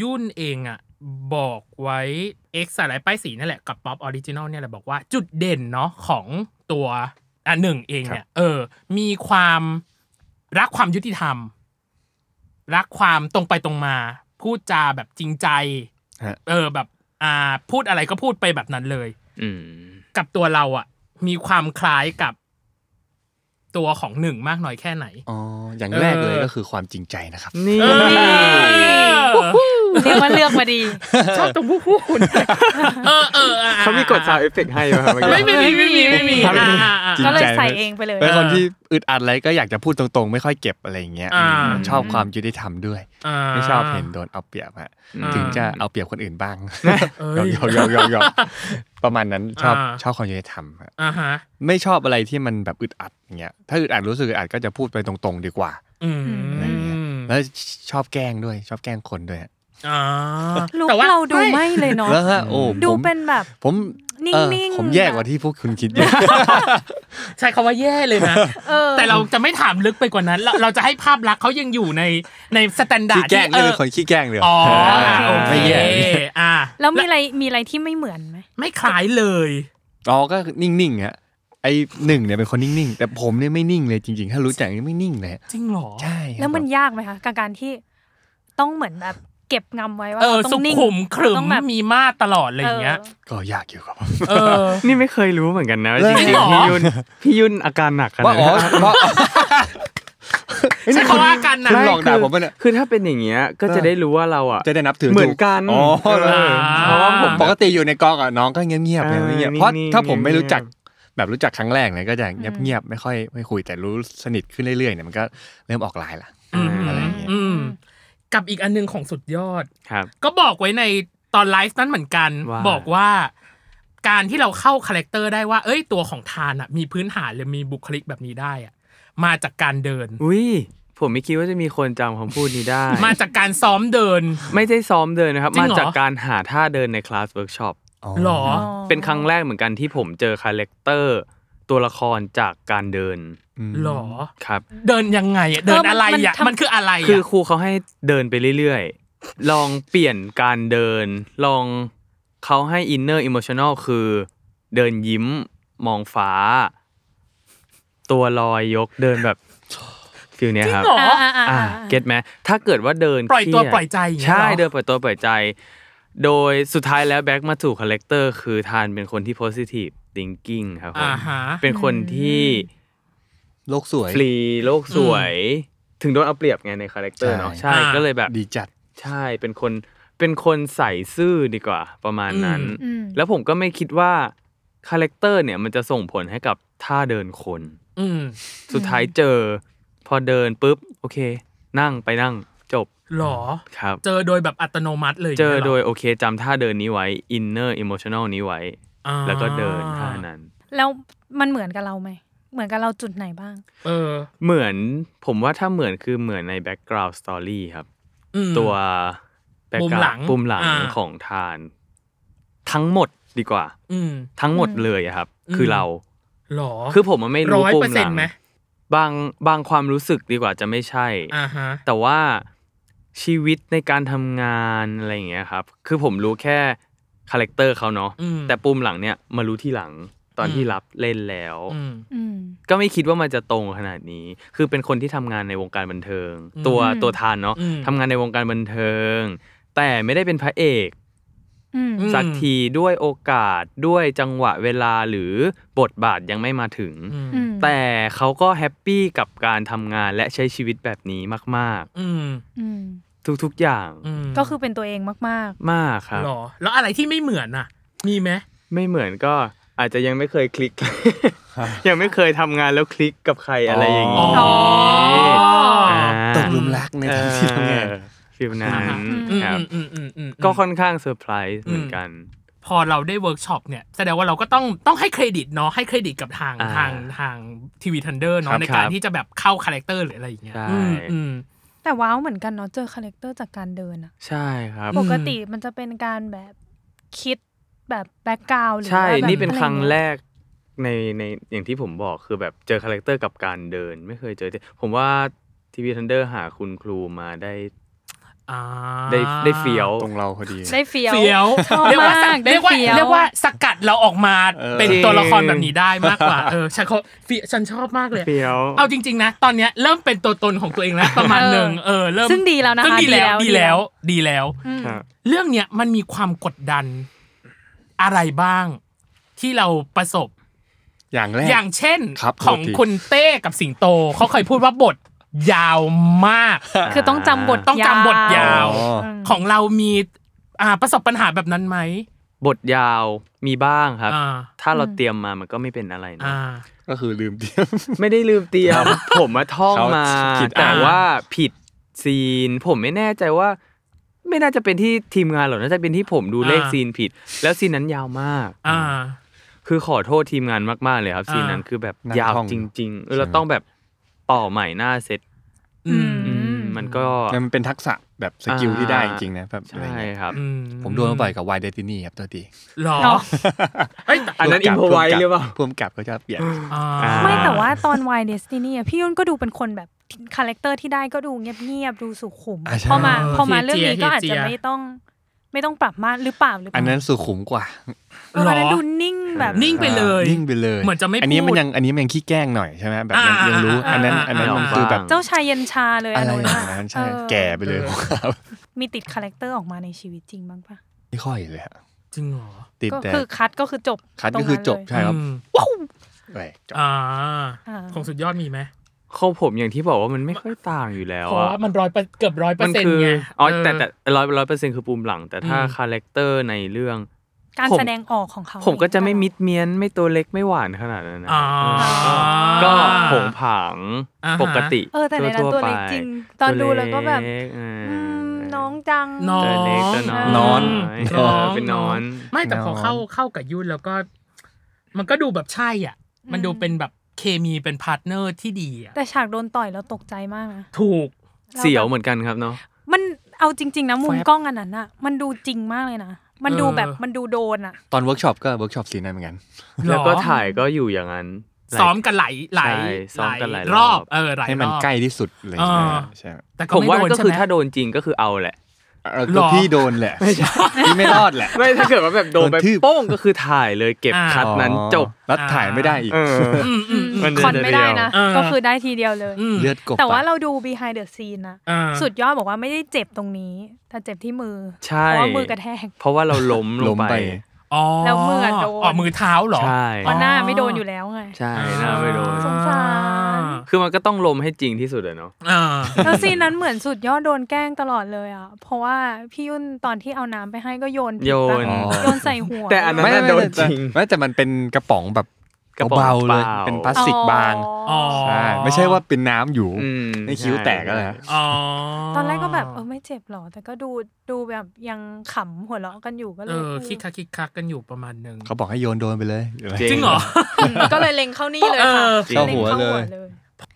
S2: ยุ่นเองอ่ะ บอกไว้ X สลายป้ายสีนั่นแหละกับป๊อปออริจินอลเนี่ยแหละบอกว่าจุดเด่นเนาะของตัวอ่ะหนึ่งเองเนี่ย เออ มีความรักความยุติธรรม รักความตรงไปตรงมา พูดจาแบบจริงใจ
S4: ฮะ
S2: เออแบบ อ่า พูดอะไรก็พูดไปแบบนั้นเลย
S3: อืม
S2: กับตัวเราอ่ะ มีความคล้ายกับตัวของหนึ่งมากน้อยแค่ไหน
S4: อ๋ออย่างแรกเลยก็คือความจริงใจนะครับ
S3: นี่
S2: เออ
S1: เรียกว่าเลือกมาดี
S2: ชอบตรงผู้พูดเออเอออ่ะ
S3: เขามีกด sound effect ให้ไหมครับเมื่อ
S2: ไม่
S3: กี้
S2: ไม่มีไม่มีไม่มี
S1: ไม่มี
S2: อ่าอ่าอ่า
S4: จริง
S1: ก็เลยใส่เองไปเลย
S4: เป็นคนที่อึดอัดอะไรก็อยากจะพูดตรงๆ ไม่ค่อยเก็บอะไรอย่างเงี้ย
S2: อ่า
S4: อืมชอบความยุติธรรมด้วย
S2: อ่า
S4: ไม่ชอบเห็นโดนเอาเปรียบฮะ
S2: อ่า
S4: ถึงจะเอาเปรียบคนอื่นบ้าง
S2: เอ้
S4: ยอยมยอมยอมยอมประมาณนั้นชอบ
S2: อ่า
S4: ชอบความยุติธรรมฮะ
S2: อ่าฮะ
S4: ไม่ชอบอะไรที่มันแบบอึดอัดอย่างเงี้ยถ้าอึดอัดรู้สึกอึดอัดก็จะพูดไปตรงๆ ดีกว่า
S2: อื
S4: อะไรเงี้ย
S2: ม
S4: แล้วชอบแกล้งด้วยชอบแกล้งคนด้วยฮะ
S2: อ่า
S1: ลุก
S2: แต่ว่
S1: เราดูไม่เลยเนาะ
S4: แล้วฮะโอ้
S1: ดู
S4: ผม
S1: เป็นแบบ
S4: ผม
S1: นิ่
S4: เออง
S1: ๆ
S4: ผมแย่กว่าที่พวกคุณคิดเยอะ
S2: ใช้คาว่าแย่เลยนะ
S1: เออ
S2: แต่เราจะไม่ถามลึกไปกว่านั้น เราเราจะให้ภาพลักษณ์เขายังอยู่ในในสแตนดา
S4: ขี้
S2: ร์ด
S4: แกล้ง
S2: เอ
S4: นี่
S2: อ
S4: เป็นคนขี้แกล้งเลยเหร
S2: อ๋อโอ
S4: ไม่
S2: เค
S4: แย่
S2: อ่า
S1: แล้วมีอะไรมีอะไรที่ไม่เหมือนไหม
S2: ไม่คล้ายเลย
S4: อ๋อก็นิ่งๆฮะไอ้หนึ่งเนี่ยเป็นคนนิ่งๆ แต่ผมเนี่ยไม่นิ่งเลยจริงๆ ถ้ารู้จักนี่ไม่นิ่งเลยฮะ
S2: จริงเหรอ
S4: ใช่ครับ
S1: แล้วมันยากไหมคะกับการที่ต้องเหมือนแบบเก็บงำไว้ว่า
S2: เออ
S1: ราต้
S2: สุ
S1: องนิ่ง
S2: ขุมขรึม
S1: ต้องแบบ
S2: มีมาตรตลอดอะไรอย่างเงี้ย
S4: ก็ยากอยู่ครับ
S2: เออ
S3: นี่ไม่เคยรู้เหมือนกันนะ
S4: จ
S3: จ
S4: ริง
S3: ริง
S2: เหรอ
S3: ๆพี่ยุ่นพี่ยุ่นอาการหนักขนา
S4: ว่า
S3: ด
S4: อ๋อ
S3: นั้น
S4: เพราะ
S2: ใช้คำว่ากันนะ
S4: ไม่
S3: ใช่
S4: หลอกด่าผมปะเนี่ย
S3: คือถ้าเป็นอย่างเงี้ยก็จะได้รู้ว่าเราอ่ะ
S4: จะได้นับถือ
S3: เหมือนกัน
S4: ถูกอ๋อ
S3: เออเพราะว่าผม
S4: ปกติอยู่ในกองอ่ะน้องก็เงียบๆไงไม่เงียบ
S3: เออ
S4: เพราะ
S3: นิ่งๆ
S4: ถ้าผมไม่รู้จัก
S3: เงีย
S4: แบบรู้จักครั้งแรกเนี่ยก็จะเงียบๆไม่ค่อยไม่คุยแต่รู้สนิทขึ้นเรื่อยๆเนี่ยมันก็เริ่มออกลายละ
S2: อืม
S4: อะไรอย่างเงี้ย
S2: อืม กับอีกอันหนึงของสุดยอด
S3: ครับ
S2: ก็บอกไว้ในตอนไลฟ์นั้นเหมือนกัน
S3: ว่า
S2: บอกว่า การที่เราเข้าคาแรคเตอร์ได้ว่า เอ้ยตัวของทานอ่ะ มีพื้นฐานหรือมีบุคลิกแบบนี้ได้อ่ะมาจากการเดิน
S3: อุ้ยผมไม่คิดว่าจะมีคนจำคำพูดนี้ได้
S2: มาจากการซ้อมเดิน
S3: ไม่ได้ซ้อมเดินนะครับ
S2: จริง
S3: มา
S2: เหรอ
S3: จากการหาท่าเดินในคลาสเวิร์กช็อป
S2: หรอ
S1: อ๋อ
S3: เป็นครั้งแรกเหมือนกันที่ผมเจอคาแรคเตอร์ตัวละครจากการเดิน
S4: ม
S2: หรอ
S3: ครับ
S2: เดินยังไงอะเดินอะไรอ่ะมันคืออะไระ
S3: คือครูเขาให้เดินไปเรื่อยๆ ลองเปลี่ยนการเดิน ลองเขาให้อินเนอร์อิม n ชันอลคือ เดินยิ้มมองฟ้า ตัวลอยยกเดินแบบฟิลเนี้ย
S2: จริ
S3: ค
S2: ง
S3: รับ
S2: เหรอ
S1: อ่าอ่าอ่า
S3: อ่าเก็ตไหมถ้าเกิดว่าเดิน
S2: ปล่อยตัว
S3: เครีด
S2: ปล่อยใจอย่างเงี้ย
S3: ใช่
S2: เหรอ
S3: เดินปล่อยตัวปล่อยใจ โดยสุดท้ายแล้วแบ็กมาถูกคาแรคเตอร์คือทานเป็นคนที่ positive thinking ครับผม
S2: อ่าฮะ
S3: เป็นคนที่
S4: โลกสวย
S3: ฟรีโลกสวย ถึงโดนเอาเปรียบไงในคาแรคเตอร์เนาะ
S4: ใช่
S3: ใช่
S2: อ่า
S3: ก็เลยแบบ
S4: ดีจัด
S3: ใช่เป็นคนเป็นคนใส่ซื่อดีกว่า ประมาณนั้น
S1: อืม
S3: แล้วผมก็ไม่คิดว่าคาแรคเตอร์เนี่ยมันจะส่งผลให้กับท่าเดินคน
S2: อืม
S3: สุดท้ายเจอ พอเดินปุ๊บ โอเค นั่งไปนั่งจบ
S2: หรอ
S3: ครับ
S2: เจอโดยแบบอัตโนมัติเลย
S3: เจอโดย
S2: างงี้หร
S3: โอเคจำท่าเดินนี้ไว้ inner emotional นี้ไว้
S2: อ่า
S3: แล้วก็เดินท่านั้น
S1: แล้วมันเหมือนกับเราไหมเหมือนกับเราจุดไหนบ้าง
S2: เออ
S3: เหมือนผมว่าถ้าเหมือนคือเหมือนใน background story ครับ
S2: อืม
S3: ตัวแบ็ค
S2: ปุ่ม
S3: กราวด์
S2: หลัง
S3: ปุ่มหลัง
S2: อ่า
S3: ของทาน ทั้งหมดดีกว่า
S2: อืม
S3: ทั้งหมด
S1: อืม
S3: เลยอะครับ
S2: อืม
S3: คือเรา
S2: หรอ
S3: คือผมมันไม่รู้
S2: ร้อย
S3: ปุ่
S2: เปอร์
S3: ม
S2: เซ็
S3: ห
S2: น
S3: ลั
S2: ต์
S3: ง
S2: ไหม
S3: บางบางความรู้สึกดีกว่าจะไม่ใช่
S2: อ่าฮะ
S3: แต่ว่าชีวิตในการทำงานอะไรอย่างเงี้ยครับ คือผมรู้แค่คาแรคเตอร์เขาเนาะ
S2: อืม
S3: แต่ปุ่มหลังเนี่ยมารู้ที่หลังตอนที่
S2: อืม
S3: รับเล่นแล้ว
S2: อืม
S1: อืม
S3: ก็ไม่คิดว่ามันจะตรงขนาดนี้ คือเป็นคนที่ทำงานในวงการบันเทิง
S2: อืม
S3: ตัว
S1: อืม
S3: ตัวทานเนาะ
S2: อืม
S3: ทำงานในวงการบันเทิง แต่ไม่ได้เป็นพระเอก
S1: อืม
S2: อืม
S3: สักทีด้วยโอกาสด้วยจังหวะเวลาหรือบทบาทยังไม่มาถึง
S2: อืม
S3: แต่เขาก็แฮปปี้กับการทำงานและใช้ชีวิตแบบนี้มาก
S2: อืม
S1: อืม
S3: ๆ ทุกๆอย่าง
S2: อืม
S1: ก็คือเป็นตัวเองมาก
S3: มากครับ
S2: หรอ แล้วอะไรที่ไม่เหมือนอ่ะ มีไหม
S3: ไม่เหมือนก็อาจจะยังไม่เคยคลิก ยังไม่เคยทำงานแล้วคลิกกับใครอะไรอย่าง
S4: อ๋
S3: นี้
S4: อ
S3: า
S4: ตกหลุมรักในทางที่ทำงาน
S3: เออฟิลนั้น
S2: อ่าฮะ
S1: อืม
S3: ครับ
S2: อืมอืมอืม
S3: ก็ค่อนข้างเซอร์ไพรส์เหมือนกัน
S2: พอเราได้เวิร์กช็อปเนี่ยแสดงว่าเราก็ต้องต้องให้เครดิตเนาะให้เครดิตกับทาง
S3: อ่า
S2: ทางทางทีวีทันเดอร์
S3: ครั
S2: เนาะ
S3: บ
S2: ในการ
S3: ครับ
S2: ที่จะแบบเข้าคาแรคเตอร์หรืออะไรอย่างเงี้ย
S3: ใช่
S2: อืมอืม
S1: ๆ แต่ว้าวเหมือนกันเนาะเจอคาแรคเตอร์จากการเดินอะ
S3: ใช่ครับ
S1: ปกติมันจะเป็นการแบบคิดแบบแบ็กกราวหรือ
S3: ใช่
S1: ว่าแบบ
S3: นี่เป็นครั้ง
S1: อะไอย่า
S3: แร
S1: เย
S3: กในในอย่างที่ผมบอกคือแบบเจอคาแรคเตอร์กับการเดิน ไม่เคยเจอที่ผมว่าทีวีทันเดอร์หาคุณครูมาได้
S2: อ่า
S3: ได้ได้เฟี้ยว
S4: ตรงเราพอดี
S1: ได้เฟี้
S2: เฟียว
S1: ชอบ
S2: เรียกว่า
S1: มา
S2: สัก
S1: กได้
S2: เรียกว่า
S1: เฟี้ยว
S2: เรียกว่าสกัดเราออกมา
S4: เออ
S2: เป็น
S3: จริง
S2: ตัวละครแบบนี้ได้มากกว่าเออฉันเขาเฟี้ยวฉันชอบมากเลย
S3: เฟี้ยว
S2: เอาจริง ๆ นะ ตอนเนี้ยเริ่มเป็นตัวตนของตัวเองแล้วประมาณหนึ่งเออเริ่ม
S1: ซึ่งดีแล้วนะคะ
S2: ซึ่งดีแล้วดีแล้วดีแล้ว
S1: อืม
S3: ครับ
S2: เรื่องเนี้ยมันมีความกดดันอะไรบ้าง ที่เราประสบ
S4: อย่างแรก
S2: อย่างเช่น
S4: ครับ
S2: ของ
S4: โทษที
S2: คุณเต้กับสิงโต เขาเคยพูดว่าบท ยาวมาก
S1: คือต้องจำบท
S2: ต้องจำบทยาว
S4: อ๋อ
S1: ม
S2: ของเรามีอ่าประสบปัญหาแบบนั้นไหม
S3: บทยาวมีบ้างครับ
S2: อ่า
S3: ถ้าเรา
S1: อืม
S3: เตรียมมามันก็ไม่เป็นอะไรนะ
S2: อ่า
S4: ก็คือลืมเตรียม
S3: ไม่ได้ลืมเตรี ยม ผมมาท่อง
S4: เขา
S3: มา
S4: คิดอ่าน
S3: แต่ว่าผิดซีน ผมไม่แน่ใจว่า ไม่น่าจะเป็นที่ทีมงานหรอกน่าจะเป็นที่ผมดูเลข
S2: อ่า
S3: ซีนผิด แล้วซีนนั้นยาวมาก
S2: อ่า
S3: คือขอโทษทีมงานมาก ๆ เลยครับ
S2: อ่า
S3: ซีนนั้นคือแบบ
S4: นั่ง
S3: ยาว
S4: ท่อง
S3: จริงๆเออ
S4: ใช่ไหม
S3: เราต้องแบบต่อใหม่หน้าเซต
S2: อืม
S3: อืมมันก็
S4: แต่มันเป็นทักษะแบบสกิลที่ได้จ
S3: อ่า
S4: ริงๆนะแบบอะไร
S3: ใช่
S4: เงี้ย
S3: ครับ
S2: อื
S4: ผมโดนมาบ่อยกับวายเดตินี่ครับตัวดี
S2: หรอ
S1: เนอะ
S2: เอ้ยแต่
S3: อันนั้น improvise หรือเปล่า
S4: พ่วมกับก็จะเปลี่ยน
S2: อ่า
S3: อ่
S1: ไม่แต่ว่าตอน Y Destiny อะพี่ยุ่นก็ดูเป็นคนแบบคาแรคเตอร์ที่ได้ก็ดูเงียบๆ ดูสุขุม
S4: อ่ะใช่
S1: พอมา
S2: เออ
S1: พอมา
S2: เทีย
S1: เรื่องนี้ก็อาจ
S2: เที
S1: จะ
S2: ย
S1: ไม่ต้อง ไม่ต้องปรับมากหรือเปล่าหรือเป
S4: อั
S1: ล่าน
S4: นั้นสุขุมกว่า
S1: เอออันนั้นดูนิ่งแบบ
S2: นิ่งไปเลย
S4: นิ่งไปเลย
S2: เหมือนจะไม่
S4: อันนี้
S2: พูด
S4: มันยังอันนี้มันยังขี้แกล้งหน่อยใช่ไหมแบบยัง
S2: อ่ายั
S4: ยังรู้
S2: อ่า
S4: อันนั้น
S2: อ่า
S4: อันนั้น
S3: อ่า
S4: มันคือแบบ
S1: เจ้าชายเย็นชาเลย
S4: อะไร
S1: น
S4: อ
S1: นั้
S4: ย่าน ง
S1: อะ
S4: นั้นใช่
S1: เออ
S4: แก่ไปเลยผมครับ
S1: มีติดคาแรคเตอร์ออกมาในชีวิตจริงบ้างปะ
S4: ไม่ค่อยเลยครับ
S2: จริงเหรอ
S4: ติด
S1: ก็
S4: แต่
S1: คือคัดก็คือจบ
S4: คัด
S1: ตร
S4: ก็
S1: ง
S4: คือ
S1: นั้น
S4: จบ
S1: เลย
S4: ใช่ครับ
S2: อืม
S4: ไปจบ
S2: อ่า
S1: อ่า
S2: ของสุดยอดมีไหม
S3: ของผมอย่างที่บอกว่ามันไม่ค่อยต่างอยู่แล้ว
S2: เพราะ
S3: อะ
S2: ว่ามันร้อยเปอร์เกือบร้อยเปอ
S3: มั
S2: ร์เซ็น
S3: คื
S2: ต์
S3: อ
S2: ไง
S3: อ๋อ
S2: เ
S3: แต่แต่ร้อยร้อยเปอร์เซ็นต์คือปูมหลัง แต่ถ้า
S2: อืม
S3: คาแรคเตอร์ในเรื่อง
S1: การ
S3: ผม
S1: แสดงออกของเขา
S3: ผมก็จะไม่มิด
S1: ตลอ
S3: เมียนไม่ตัวเล็กไม่หวานขนาดนั้นนะ
S2: อ่า
S3: เออก็ผงผาง
S2: อ่าฮะ
S3: ปกติ
S1: เออแต่ในนั้นตัวเล็ก
S3: ๆไป
S1: จริงตอนดูแล้วก็แบบ
S3: ตัวเล็กเอ
S1: ด
S3: ออ
S1: อืมน้องจัง
S2: น้อ
S3: ตัวเล็ก
S2: ง
S3: ตัว
S1: น้
S3: น้
S1: อ
S3: อง ยเออเป็นน้อง
S2: ไม่แต่พอเข้าเข้ากับยุ่นแล้วก็ มันก็ดูแบบใช่อ่ะ มันดูเป็นแบบเคมีเป็นพาร์ทเนอร์ที่ดีอ่ะ
S1: แต่ฉากโดนต่อยเราตกใจมากนะ
S2: ถูก
S3: เสียวเหมือนกันครับเนาะ
S1: มันเอาจริง ๆ นะมุม
S2: แฟบ
S1: กล้องอันนั้นอะมันดูจริงมากเลยนะ มันดูแบบ
S2: เออ
S1: มันดูโดนอะ
S4: ตอนเวิร์กช็อปก็เวิร์กช็อปสีนั้นเหมือนกัน
S3: แล้วก็
S2: หรอ
S3: ถ่ายก็อยู่อย่างนั้น
S2: ซ้อมกันหลายหลาย
S3: ใช่ซ้อมกันหลาย
S2: รอบ
S3: รอบ
S2: เออหลาย
S4: ให้มัน
S2: รอบ
S4: ใกล้ที่สุดอะไรอย่างเลย
S2: อ่า
S4: ใช่ไหม
S2: แต่
S3: ผมว่า
S2: ไโดน
S3: ก็คือ
S2: ใช่ไหม
S3: ถ้าโดนจริงก็คือเอาแหละ
S4: เออ
S2: หรอ
S4: พี่โดนแหละพี่ไม่รอดแหละ
S3: ไม่ถ้าเกิดว่าแบบโดนไป
S4: โดนทืบ
S3: โป้งก็คือถ่ายเลยเก็บ
S2: อ่า
S3: คัดนั้นจบ
S4: แล้วถ่ายไม่ได้อีก
S3: เออ
S2: อืมอืมอืม
S3: มันเดิน
S1: คอนไม่ได้นะ
S2: เดียวๆเออ
S1: ก็คือได้ทีเดียวเลย
S2: อืม
S4: เลือดกบ
S1: แต่ว่า
S4: ปก
S1: เราดู behind the scene นะ
S2: อ่า
S1: สุดยอดบอกว่าไม่ได้เจ็บตรงนี้ แต่เจ็บที่มือ
S3: ใช่
S1: เพราะว่ามือกระแทก
S3: เพราะว่าเราล้มลง
S4: ล้ม
S3: ไป
S4: ไป
S2: อ๋อ
S1: แล้วมืออะโดน
S2: อ๋อมือเท้าเหรอ
S3: ใช่
S1: เพราะหน้าไม่โดนอยู่แล้วไง
S3: ใช่หน้าไม่โดน
S1: สงสาร
S3: คือมันก็ต้องล้มให้จริงที่สุดอะเนาะ
S2: อ่า
S1: แล้วซีนนั้นเหมือนสุดยอดโดนแกล้งตลอดเลยอ่ะ เพราะว่าพี่ยุ่นตอนที่เอาน้ำไปให้ก็โยนผิดปะ
S3: โยน
S1: โยนใส่หัว
S3: แต่อันนั้นนะโดนจริง
S4: ไม่แต่มันเป็นกระป๋องแบบ
S3: กระป๋อง
S4: เบาๆเลย
S3: เปล่า
S4: เป็นพลาสติกบาง
S2: อ๋อ
S4: ใช่ไม่ใช่ว่าเป็นน้ำอยู่
S3: อืม
S4: ไม่คิ้วแตกแล้วนะ
S2: อ๋อ
S1: ตอนแรกก็แบบเออไม่เจ็บหรอ แต่ก็ดูดูแบบยังขำหัวเราะกันอยู่ก็เล
S2: เอย อ
S1: เออ
S2: คิกคักคิกคักกันอยู่ประมาณหนึ่ง
S4: เขาบอกให้โยนโดนไปเลย
S2: จริงเหรอ
S1: ก็เลยเล็งเข้านี่เลย
S2: เอ
S1: ค่ะ
S2: อ
S4: เข้าหัวเลย
S1: เลย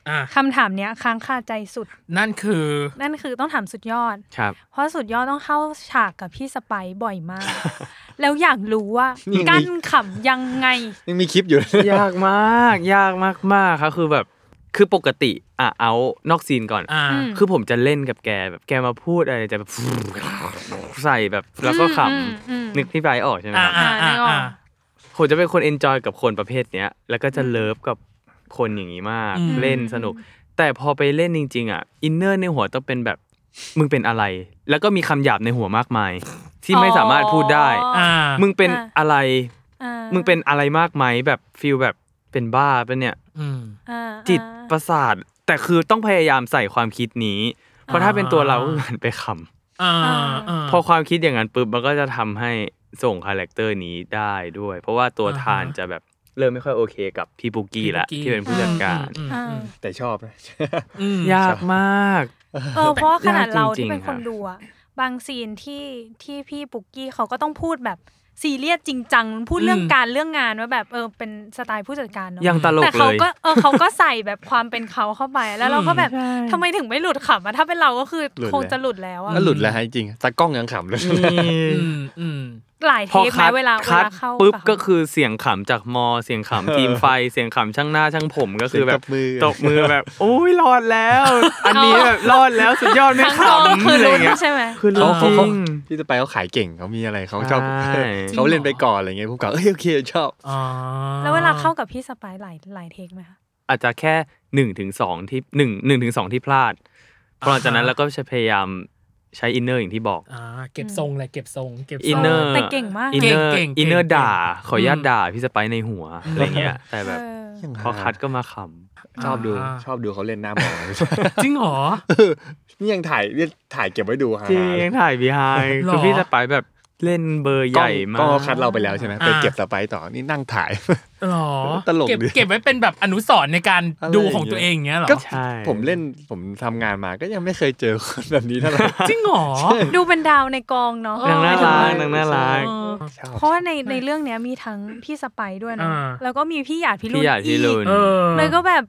S2: อ่ะ
S1: คำถามเนี้ยค้างคาใจสุด
S2: นั่นคือ
S1: นั่นคือต้องถามสุดยอด
S3: ครับ
S1: เพราะสุดยอดต้องเข้าฉากกับพี่สไปร์บ่อย มาก แล้วอยากรู้ว่า
S4: นี่ไง
S1: กั้นขำยังไง
S4: ยังมีคลิป อยู่เลย
S3: ยากมาก ยากมากๆครับคือแบบ คือปกติอ่ะเอานอกซีนก่อน
S2: อ่า
S1: อืม
S3: คือผมจะเล่นกับแกแบบแกมาพูดอะไรจะแบบ ใส่แบบแล้วก็ข
S1: อืมอืม
S3: ำนึกพี่ไบร์ทออกใช่ไหม
S2: อ่า
S3: ค
S2: อ่า
S3: รับ
S2: อ่าอ่า
S3: ผมจะเป็นคนเอนจอยกับคนประเภทเนี้ย แล้วก็จะเลิฟกับคนอย่างนี้มาก
S2: อืม
S3: เล่นสนุก แต่พอไปเล่นจริง ๆ อ่ะ อินเนอร์ในหัวต้องเป็นแบบมึงเป็นอะไร แล้วก็มีคำหยาบในหัวมากมาย ที่ไม่สามารถพูดได้
S1: อ๋อ
S2: อ่า
S3: มึงเป็น
S1: อ่ะ
S3: อะไร
S1: อ่า
S3: มึงเป็นอะไรมากไหมแบบฟิลแบบเป็นบ้าเป็นเนี่ย
S2: อืม
S1: อ่า
S3: จิต
S1: อ่า
S3: ประสาท แต่คือต้องพยายามใส่ความคิดนี้ เพราะถ้าเป็นตัวเราก็หันไปข
S2: อ่า
S1: อ่า
S3: ำพอความคิดอย่างนั้นปุ๊บมันก็จะทำให้ส่งคาแรคเตอร์นี้ได้ด้วย เพราะว่าตัวทานจะแบบเริ่มไม่ค่อยโอเคกับพี่ปุกกี้ละที่เป็นผู้จัดการ
S2: อืม
S1: อ่า
S4: แต่ชอบนะ
S2: อืม
S3: ยากมาก
S1: เออเพราะว่าขนาด
S3: ยากจริง
S1: เราที่
S3: ๆ
S1: เป็น
S3: ค
S1: ค
S3: รั
S1: น
S3: บ
S1: ดูอะบางซีนที่ที่พี่ปุกกี้เขาก็ต้องพูดแบบซีเรียสจริงจังพูดเรื่อง
S2: อืม
S1: การเรื่องงานว่าแบบเออเป็นสไตล์ผู้จัดการเนาะ
S3: ยังตล
S1: แต่
S3: กเล
S1: เขา
S3: ย
S1: ก็เออเขาก็ใส่แบบความเป็นเขาเข้าไปแล้วเราก็แบบทำไมถึงไม่หลุดขำอะถ้าเป็นเราก็คือ
S4: หลุดเลย
S1: คงจะหลุดแล้วอะ
S4: แล้วหลุดแล้วฮะจริงๆตากล้องยังขำเลย
S2: อืมอืม
S1: หลายเท
S3: พอ
S1: ปไหม
S3: คัด
S1: เวลาเว
S3: คัด
S1: ลาเข้า
S3: ปุ๊บ
S1: ะ
S3: ก็คือเสียงขำจากมอ เสียงขำทีมไฟ เสียงขำช่างหน้าช่างผมก็คือแบบ
S4: เสียง
S3: ต
S4: ต
S3: บบ
S4: มื
S3: มือ
S4: อ
S3: แบบโอ้ยรอดแล้ว อันนี้แบบรอดแล้วสุดยอดไม่
S1: ทั้งกอง
S3: ขำ
S1: คือ
S3: อะไร
S1: ลุ้น
S3: เงี้ย
S1: ใช่ไหม
S3: คือรู้
S4: เขา
S3: จริ
S4: เขาเขา
S3: ง
S4: พี่จะไปเขาขายเก่งเขามีอะไรเขาชอบ
S3: ใช่
S4: เขาเล่นไปก่อนอะไรเงี้ยผมก็เอ้ยโอเคชอบ
S2: อ๋อ
S1: แล้วเวลาเข้ากับพี่สไปร์หลายหลายเทคไหมคะ
S3: อาจจะแค่หนึ่งถึงสองที่หนึ่งหนึ่งถึงสองที่พลาดพอหลังจากนั้นเราก็จะพยายามใช้อินเนอร์อย่างที่บอก
S2: อ่าเก็บทรงเลยเก็บทรงเก็บทรง
S3: อินเนอร์
S1: แต่เก่งมาก
S3: อิน
S1: นะ
S3: เนอร์
S2: เก่งๆเก่งๆ
S3: อินเนอร์ด่า ขออนุญา
S2: อื
S3: ต
S2: ม
S3: ด่าพี่สไปซ์ในหัวอะไรเงี้ยแต่แบบ
S1: เออ
S4: ยัง
S3: พ
S4: หา
S3: อคัดก็มาข
S4: ชอบดู
S2: อ่า
S4: ชอบดูเขาเล่นหน้าหมอ
S2: จริงเหรอ
S4: เออนี่ยังถ่ายเนี่ยถ่ายเก็บไว้ดูฮะ
S3: ำจริงยังถ่ายบีไฮ
S2: หรอ
S3: คือพี่สไปร์แบบเล่นเบอร์
S4: ก
S3: ให
S4: ล้อง
S3: ญ่มาก
S4: ล้องเขาคัดเราไปแล้วใช่ไหม
S2: อ่า
S4: ไปเก็บสไปซ์ต่อนี่นั่งถ่าย
S2: หรอ
S4: ตลกดิ
S2: เก็บเก็บไว้เป็นแบบอนุสรณ์ในการ
S4: อะไร
S2: ดูของ
S4: อย่างเงี้ย
S2: ตัวเองอย่างเงี้ยเหรอ
S4: ก็
S3: ใช่
S4: ผมเล่นผมทำงานมาก็ยังไม่เคยเจอคนแบบนี้เท่าไหร่
S2: จริงเหรอ
S1: ดูเป็นดาวในกองเนาะ
S3: นางน่ารัก
S4: เออ
S3: นางน่ารัก
S4: ชอบ
S1: เพราะว่าในในเรื่องเนี้ยมีทั้งพี่สไปด้วยนะ
S2: อ่า
S1: แล้วก็มีพี่หยาดพี่รุ่น
S3: พี่หยาดพี่รุ่น
S1: อีก
S2: เออ
S1: เลยก็แบบ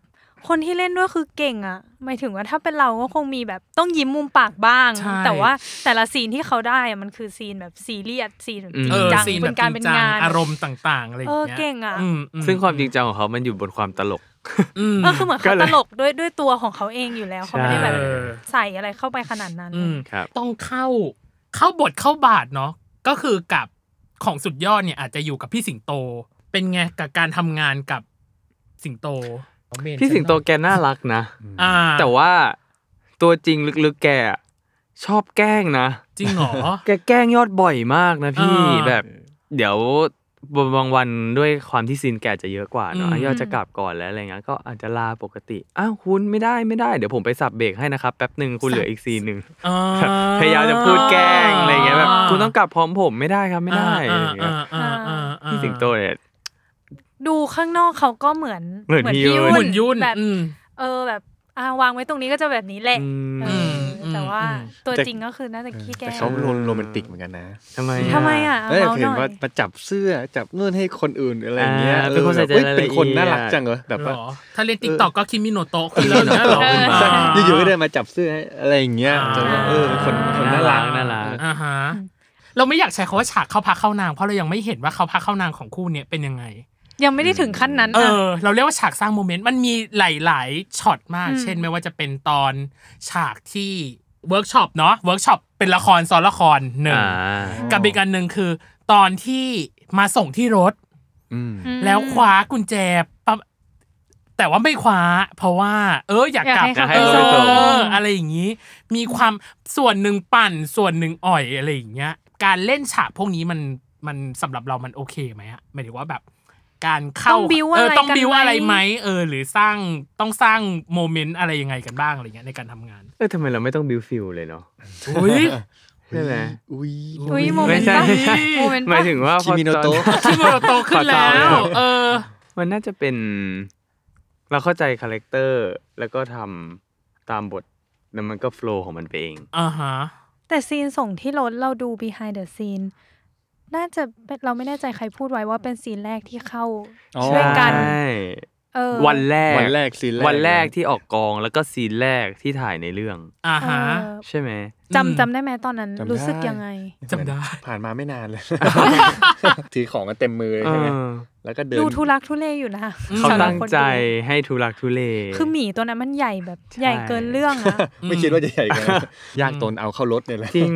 S1: คนที่เล่นด้วยคือเก่งอะหมายถึงว่าถ้าเป็นเราก็คงมีแบบต้องยิ้มมุมปากบ้าง
S2: ใช่
S1: แต่ว่าแต่ละซีนที่เขาได้อะมันคือซีนแบบซีเรียสซีนแบบจ
S3: อืม
S2: เอ
S1: ริง
S2: อ
S1: จัง
S2: ซีน
S1: เป็
S2: แบบ
S1: นการเป็นงาน
S2: อารมณ์ต่างๆอะไรอย่างเงี้ย
S1: เออเก่งอะ
S2: มอืม
S3: ซึ่งความจริงจังของเขามันอยู่บนความตลก
S2: อืม
S1: ก็คือเหมือน
S3: ก็
S1: เขา
S3: เลย
S1: ตลกด้วยด้วยตัวของเขาเองอยู่แล้วเขาไม่ได้แบบ
S2: เออ
S1: ใส่อะไรเข้าไปขนาดนั้น
S2: อืม
S3: ครับ
S2: ต้องเข้าเข้าบทเข้าบาทเนาะก็คือกับของสุดยอดเนี่ยอาจจะอยู่กับพี่สิงโต เป็นไงกับการทำงานกับสิงโต
S3: พี่สิงโตแกน่ารักนะ
S2: อ่า
S3: แต่ว่าตัวจริงลึกๆแกอะชอบแกล้งนะ
S2: จริงเหรอ
S3: แกแกล้งยอดบ่อยมากนะพี่
S2: อ่า
S3: แบบ เดี๋ยวบางวันด้วยความที่ซีนแกจะเยอะกว่าเนาะ
S2: อืม
S3: อ่ะยอดจะกลับก่อนแล้วอะไรเงี้ยก็อาจจะลาปกติอ้าวคุณไม่ได้ไม่ได้เดี๋ยวผมไปสับเบรกให้นะครับแป๊บหนึ่งคุณเหลืออีกซีนหนึ่ง
S2: อ่า
S3: พยายามจะพูดแกล้งอะไรเงี้ยแบบคุณต้องกลับพร้อมผมไม่ได้ครับไม่ได้อะไร
S2: อ่า
S3: เงี้ย
S2: อ่าอ่าอ่า
S3: พี่สิงโตเนี่ย
S1: ดูข้างนอกเขาก็เหมือน
S3: เหมือนพี่ยุ่น
S2: หมุนยุ่น
S1: แบบ
S2: อืม
S1: เออแบบอ่าวางไว้ตรงนี้ก็จะแบบนี้แหละ
S3: อืม
S1: เออแต่ว่า
S2: อืม
S1: ตัว
S4: แต่
S1: จริงก็คือน่าจะขี้แก
S4: แต่
S1: ง
S4: เขาโรแมนติกเหมือนกันนะ
S3: ทำไม
S1: ทำไมอ่ะ
S4: เอ้ย
S1: เอา
S4: เห็น
S1: เมาหน่
S4: ว่า
S1: อย
S4: มาจับเสื้อจับนู่นให้คนอื่นอะไรอย่างเงี้ย
S3: อ่า
S4: ออ
S3: เป็นคนใส่ใจ
S4: แบบอ้ย
S3: รายละเอียด
S4: เป็นคนน่ารักจังเหรอแบบ
S2: หร
S4: ว่า
S2: อถ้าเล่นติ๊กต็อกก็คิมิโนโตะขึ้นแล้วนะหรอ
S4: ใช่อยู่ๆก็เดินมาจับเสื้อให้อะไรอย่างเงี้ย
S2: อ่า
S4: จนว่าเออเป็นคนเป็นคนน่ารัก
S3: น่ารัก
S2: อ่าฮะเราไม่อยากใช้คำว่าฉากเข้าพักเข้านางเพราะเรายังไม่เห็นว่าเขาพักเข้านางของคู่เนี้ยเป็นยังไง
S1: ยังไม่ได้ถึงขั้นนั้น
S2: เอ
S1: อ่ะ
S2: อ เราเรียกว่าฉากสร้างโมเมนต์มันมีหลาย ๆช็อตมาก
S1: อืม
S2: เช่นไม่ว่าจะเป็นตอนฉากที่เวิร์กช็อปเนาะเวิร์กช็อปเป็นละครซ้อนละครหนึ่ง
S3: อ่า
S2: กับอีกอันหนึ่งคือ ตอนที่มาส่งที่รถ
S4: อืม
S1: ม
S2: แล้วคว้ากุญแจปั๊บแต่ว่าไม่คว้า เพราะว่า เอออยากกลับ
S1: อยากให้
S2: เอ
S1: เขาไปส่ง
S2: ออะไรอย่างนี้ มีความส่วนหนึ่งปั่นส่วนหนึ่งอ่อยอะไรอย่างเงี้ย การเล่นฉากพวกนี้มันมันสำหรับเรามันโอเคไหมอะหมายถึงว่าแบบ การ
S1: ต้
S2: เข้า
S1: องบิ้วอะไร
S2: เออต้อง
S1: กัน
S2: บิว
S1: ไหม
S2: อะไรไหมเออ หรือสร้างต้องสร้างโมเมนต์อะไรยังไงกันบ้างอะไรเงี้ยในการทำงาน
S3: เออทำไมเราไม่ต้องบิวฟิลเลยเนาะ
S2: อุ้ย
S3: ใช่ไหม
S4: อุ้ย
S1: อุ้ยโมเมนต์
S3: ไม่
S1: ปะ
S3: ใช่
S1: โมเมนต์
S3: หมา
S1: ปะ
S3: ยถึงว่าพอ
S4: คิมิโนโตะ
S3: ตอ
S2: ที่มันโตขึ้นแล้ว เออ
S3: มันน่าจะเป็น เราเข้าใจคาแรคเตอร์ แล้วก็ทำตามบทแล้วมันก็โฟลว์ของมันไปเอง
S2: อ่าฮะ
S1: แต่ซีนส่งที่รถเราดู behind the scene น่าจะเป็นเราไม่แน่ใจใครพูดไว้ว่าเป็นซีนแรกที่เข้า
S4: อ๋อ
S1: ช่วยกัน
S3: ใช่
S1: เออ
S3: วันแรก
S4: วันแรกซีนแรก
S3: วันแรกที่ออกกองแล้วก็ซีนแรกที่ถ่ายในเรื่อง
S2: อ่า
S1: เอ
S2: ฮะ
S1: อ
S3: ใช่ไหม
S1: จำจำได้ไหมตอนนั้น
S4: จำได้
S1: รู้สึกยังไง
S2: จำได้
S4: ผ่านมาไม่นานเลย ถือของกันเต็มมือเลยใช่ไหม
S3: เออ
S4: แล้วก็เดิน
S1: ดูทุลักทุเลอยู่นะ
S3: เขา
S1: สำหรับ
S3: ตั้ง
S1: คนดู
S3: ใจให้ทุลักทุเล
S1: คือหมีตัวนั้นมันใหญ่แบบ
S3: ใช่
S1: ใหญ่เกินเรื่องอะ
S4: ไม่คิดว่าจะใหญ่กันยากตนเอาเข้ารถเนี่ยแหละ
S3: จริง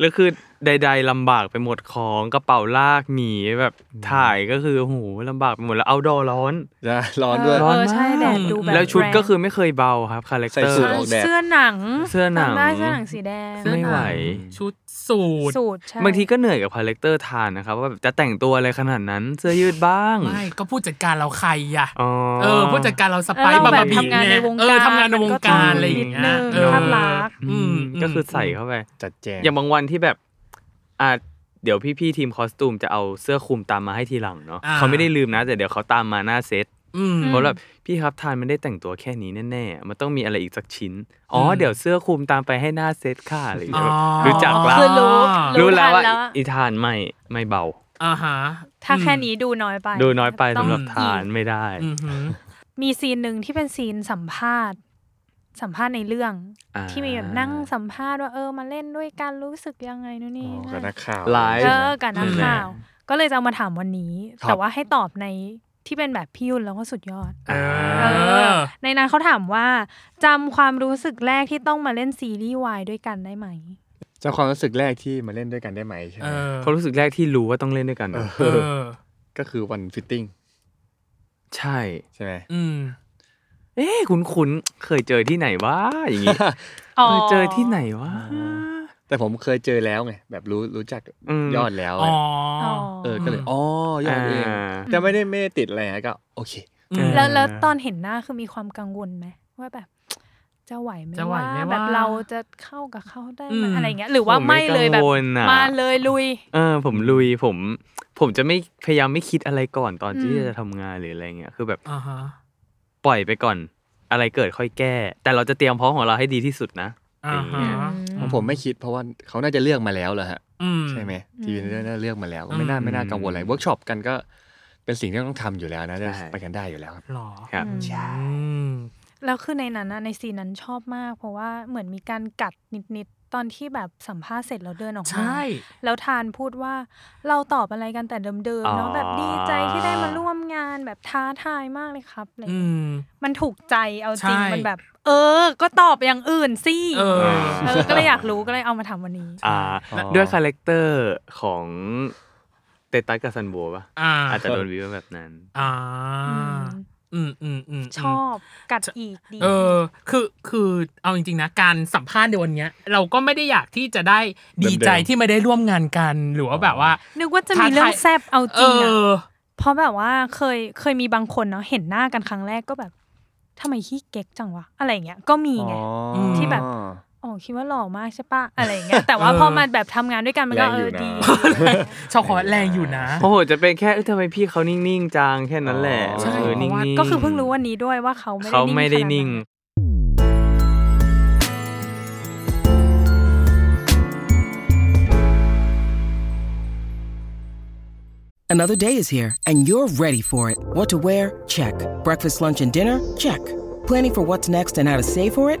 S3: แล้วคือใด ๆลำบากไปหมดของกระเป๋าลากหมีแบบถ่ายก็คือโอ้โหลำบากไปหมดแล้วเอาดอร้อน
S4: นะร้อนด้วย
S1: เออใช่แดดดูแบบ
S3: แล้วชุด
S1: รง
S3: ก็คือไม่เคยเบาครับคาแรคเตอร์
S4: ใส่สูทออกแดด
S1: เสื้อหนัง
S3: เสื้อหนัง
S1: จำได้เสื้อหนังสีแดง
S3: ไม่ไหว
S2: ชุดสูท
S1: สูตรใช่
S3: บางทีก็เหนื่อยกับคาแรคเตอร์ทานนะครับว่าแบบจะแต่งตัวอะไรขนาดนั้นเสื้อยืดบ้าง
S2: ไม่ก็ผู้จัดการเราใครอ่ะ
S3: อ๋อ
S2: เออผู้จัดการเราส
S1: แล้ว
S2: ไปซ์
S1: เรา
S2: บา
S1: แบบ
S2: บาบี
S1: ทำงานในวง
S2: เอ
S1: การ
S2: อทำงานในวงการอะไรอย่าง
S1: นิ
S2: เงี้
S1: ด
S2: ย
S1: นึง
S2: เออ
S1: ภาพลักษณ์
S2: อื
S3: อื
S2: ม
S3: มก็คือใส่เข้าไป
S4: จัดแจง
S3: อย่างบางวันที่แบบอ่ะเดี๋ยวพี่ๆทีมคอสตูมจะเอาเสื้อคลุมตามมาให้ทีหลังเนาะ
S2: อ่า
S3: เขาไม่ได้ลืมนะ แต่เดี๋ยวเขาตามมาหน้าเซต
S2: อืม
S3: เพราะแบบพี่ครับทานไม่ได้แต่งตัวแค่นี้แน่ๆมันต้องมีอะไรอีกสักชิ้นอ๋ออ
S2: ม
S3: เดี๋ยวเสื้อคลุมตามไปให้หน้าเซตค่ะอะไรอย่าง
S2: อ๋
S3: เ
S2: อย
S3: งี้แบบรู้จักละ
S1: คือรู้ รู้
S3: รู้แล้วว่า
S1: ทันแล้วอะ
S3: อีทานไม่ไม่เบา
S2: อ่าฮะ
S1: ถ้าแค่นี้ดูน้อยไป
S3: ดูน้อยไป
S1: ต้
S3: สำ
S1: ง
S3: หรับทาน
S1: อีก
S3: ไม่ได้
S2: อืมฮึ
S1: มีซีนหนึ่งที่เป็นซีนสัมภาษณ์ สัมภาษณ์ในเรื่อง
S3: อ่า
S1: ที่มีแบบนั่งสัมภาษณ์ว่าเออมาเล่นด้วยกันรู้สึกยังไงนู่น
S4: อ๋
S1: นี่นั่
S4: อกับ
S1: น
S4: นักข่าว
S3: ไลฟ์
S1: เออกับนักข่าว ก็เลยจะเอามาถามวันนี้
S4: ครับ
S1: แต่ว่าให้ตอบในที่เป็นแบบพี่ยุ่นแล้วก็สุดยอด
S2: เอ
S1: เอ
S2: อ
S1: อในนั้นเขาถามว่าจำความรู้สึกแรกที่ต้องมาเล่นซีรีส์วายด้วยกันได้ไหม
S4: เจ้าความรู้สึกแรกที่มาเล่นด้วยกันได้ไหมใช่ไห
S2: เอ
S4: ม
S2: อ
S3: เขามรู้สึกแรกที่รู้ว่าต้องเล่นด้วยกันนะ
S2: เออ
S4: ก็คือวันฟิตติ้ง
S3: ใช่
S4: ใช่ไหม
S2: อืม
S3: เอ๊ะคุ้นคุ้นๆเคยเจอที่ไหนวะอย่างงี้ เคยเจอที่ไหนวะ
S4: แต่ผมเคยเจอแล้วไงแบบรู้รู้จัก
S3: อืม
S4: ยอดแล้ว
S2: อ๋อ
S4: เออก็เลยอ๋อยอดเอง
S3: อ่า
S4: แต่ไม่ได้ไม่ได้ติดอะไรฮะก็โอเค
S2: อืม
S1: แล้วแล้วตอนเห็นหน้าคือมีความกังวลไหมว่าแบบ จะไหวไหม
S2: จะไหวไหม
S1: ว่า
S2: ว่า
S1: แบบเราจะเข้ากับเขาได้
S2: อื
S1: ไหม
S2: ม
S1: อะไรเงี้ย หรือว่า
S3: ผมไม่
S1: ไม่เลยแบบ
S3: กังวลอะ
S1: มาเลยลุย
S3: เออผมลุยผม ผมจะไม่พยายามไม่คิดอะไรก่อนตอนที่
S1: อืม
S3: จะทำงานหรืออะไรเงี้ยคือแบบ
S2: อ่าฮะ
S3: ปล่อยไปก่อนอะไรเกิดค่อยแก้ แต่เราจะเตรียมพร้อมของเราให้ดีที่สุดนะ
S2: อ่าฮะ
S4: ของผมไม่คิดเพราะว่าเขาน่าจะเลือกมาแล้วเหรอฮะ
S2: อืม
S4: ใช่ไหมทีวีน่าจะเลือกมาแล้ว
S2: อืม
S4: ไม่น่าไม่น่า
S3: อืม
S4: กังวลอะไรเวิร์กช็อปกันก็เป็นสิ่งที่ต้องทำอยู่แล้วนะ
S3: ใช่
S4: ไปกันได้อยู่แล้วครับ
S2: หรอ
S3: ครับ
S1: ใช่
S2: อืม
S1: แล้วคือในนั้นนะในซีนนั้นชอบมาก เพราะว่าเหมือนมีการกัดนิดๆตอนที่แบบสัมภาษณ์เสร็จแล้วเดินออกมา
S2: ใช่
S1: แล้วทานพูดว่าเราตอบอะไรกันแต่เดิม
S3: อ๋
S1: ๆ
S3: อ
S1: เนาะแบบดีใจที่ได้มาร่วมงานแบบท้าทายมากเลยครับอะไร
S2: อื
S1: เงี้ย
S2: ม
S1: มันถูกใจเอาจริง
S2: ใช่
S1: มันแบบ เออ ก็ตอบอย่างอื่นสิ
S2: เออ
S1: เออก็เลยอยากรู้ก็เลยเอามาถามวันนี้
S3: อ่า
S4: อ๋อ
S3: ด้วยคาแรคเตอร์ของเตตัสกับซันโบปะ
S2: อ่า
S3: อาจจะโดนวิวาแบบนั้น
S2: อ่า
S1: ม
S2: อืมอืมอืม
S1: ชอบกัดอีกดี
S2: เออ คือ คือ เอาจริง ๆ นะ การสัมภาษณ์ในวันเนี้ย เราก็ไม่ได้อยากที่จะได้ดีใจ
S4: เดิมๆ
S2: ที่ไม่ได้ร่วมงานกัน หรือว่าแบบว่า
S1: นึกว่าจะมีเรื่องแซบเอาจ
S2: เอ
S1: ริงอะ
S2: อ
S1: เพราะแบบว่าเคยเคยมีบางคนเนาะเห็นหน้ากันครั้งแรกก็แบบทำไมขี้เก๊กจังวะอะไรอย่างเงี้ยก็มีไง
S4: อ๋อ
S1: ที่แบบ อ๋อคิดว่าหล่อมากใช่ปะอะไรอย่างเงี้ยแต่ว่าพอมันแบบทำงานด้วยกันมันก็เออ
S4: แรงอยู่
S1: ดี
S4: นะ
S2: ชาวคอแรงอยู่นะ
S3: โอ้โห จะเป็นแค่เอ้ยทำไมพี่เขานิ่ง ๆจังแค่นั้นแหละ
S4: อ๋อ
S2: ใช่
S3: เออ
S1: เพ
S3: นิ่
S1: ราะ
S3: ง
S1: ว่า
S3: ๆ
S1: ก็คือเพิ่งรู้วันนี้ด้วยว่าเขาไม่ได้
S3: เขาไม่ได้นิ่ง
S1: ขนาด
S5: Another day is here, and you're ready for it. What to wear? Check. Breakfast, lunch, and dinner? Check. Planning for what's next and how to save for it?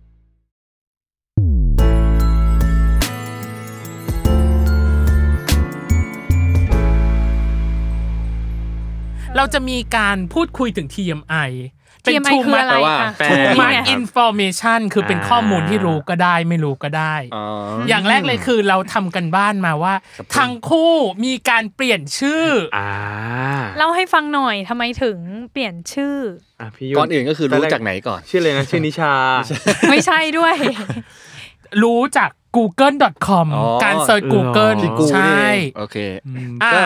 S2: เราจะมีการพูดคุยถึง TMI เป็น
S1: TMI
S2: ทู
S1: คือ
S2: มา
S1: อะไร
S4: ว่า
S1: คะ
S4: แปล
S2: ทูมา
S1: นี่ไง
S2: อินฟอร์เมชันคือเป็นข้อมูลที่รู้ก็ได้ไม่รู้ก็ได้
S4: อ๋อ
S2: อย่างแรกเลยคือเราทำกันบ้านมาว่า
S4: ครับ
S2: ทั้งคู่มีการเปลี่ยนชื่ออ
S3: อ่า
S1: เล่าให้ฟังหน่อยทำไมถึงเปลี่ยนชื่อ
S3: อ่ะพี่ยุ่
S4: ก่อนอื่นก็คือรู้จากไหนก่อน
S3: ชื่อเลยนะ ชื่อนิชา
S1: ไม่ใช่ด้วย
S2: รู้จาก google.com
S4: อ๋อ
S2: การเซิร์ช Google
S4: พี่กูนี่
S2: ใช่
S4: เองโอเค
S2: อ่ะ
S4: ก็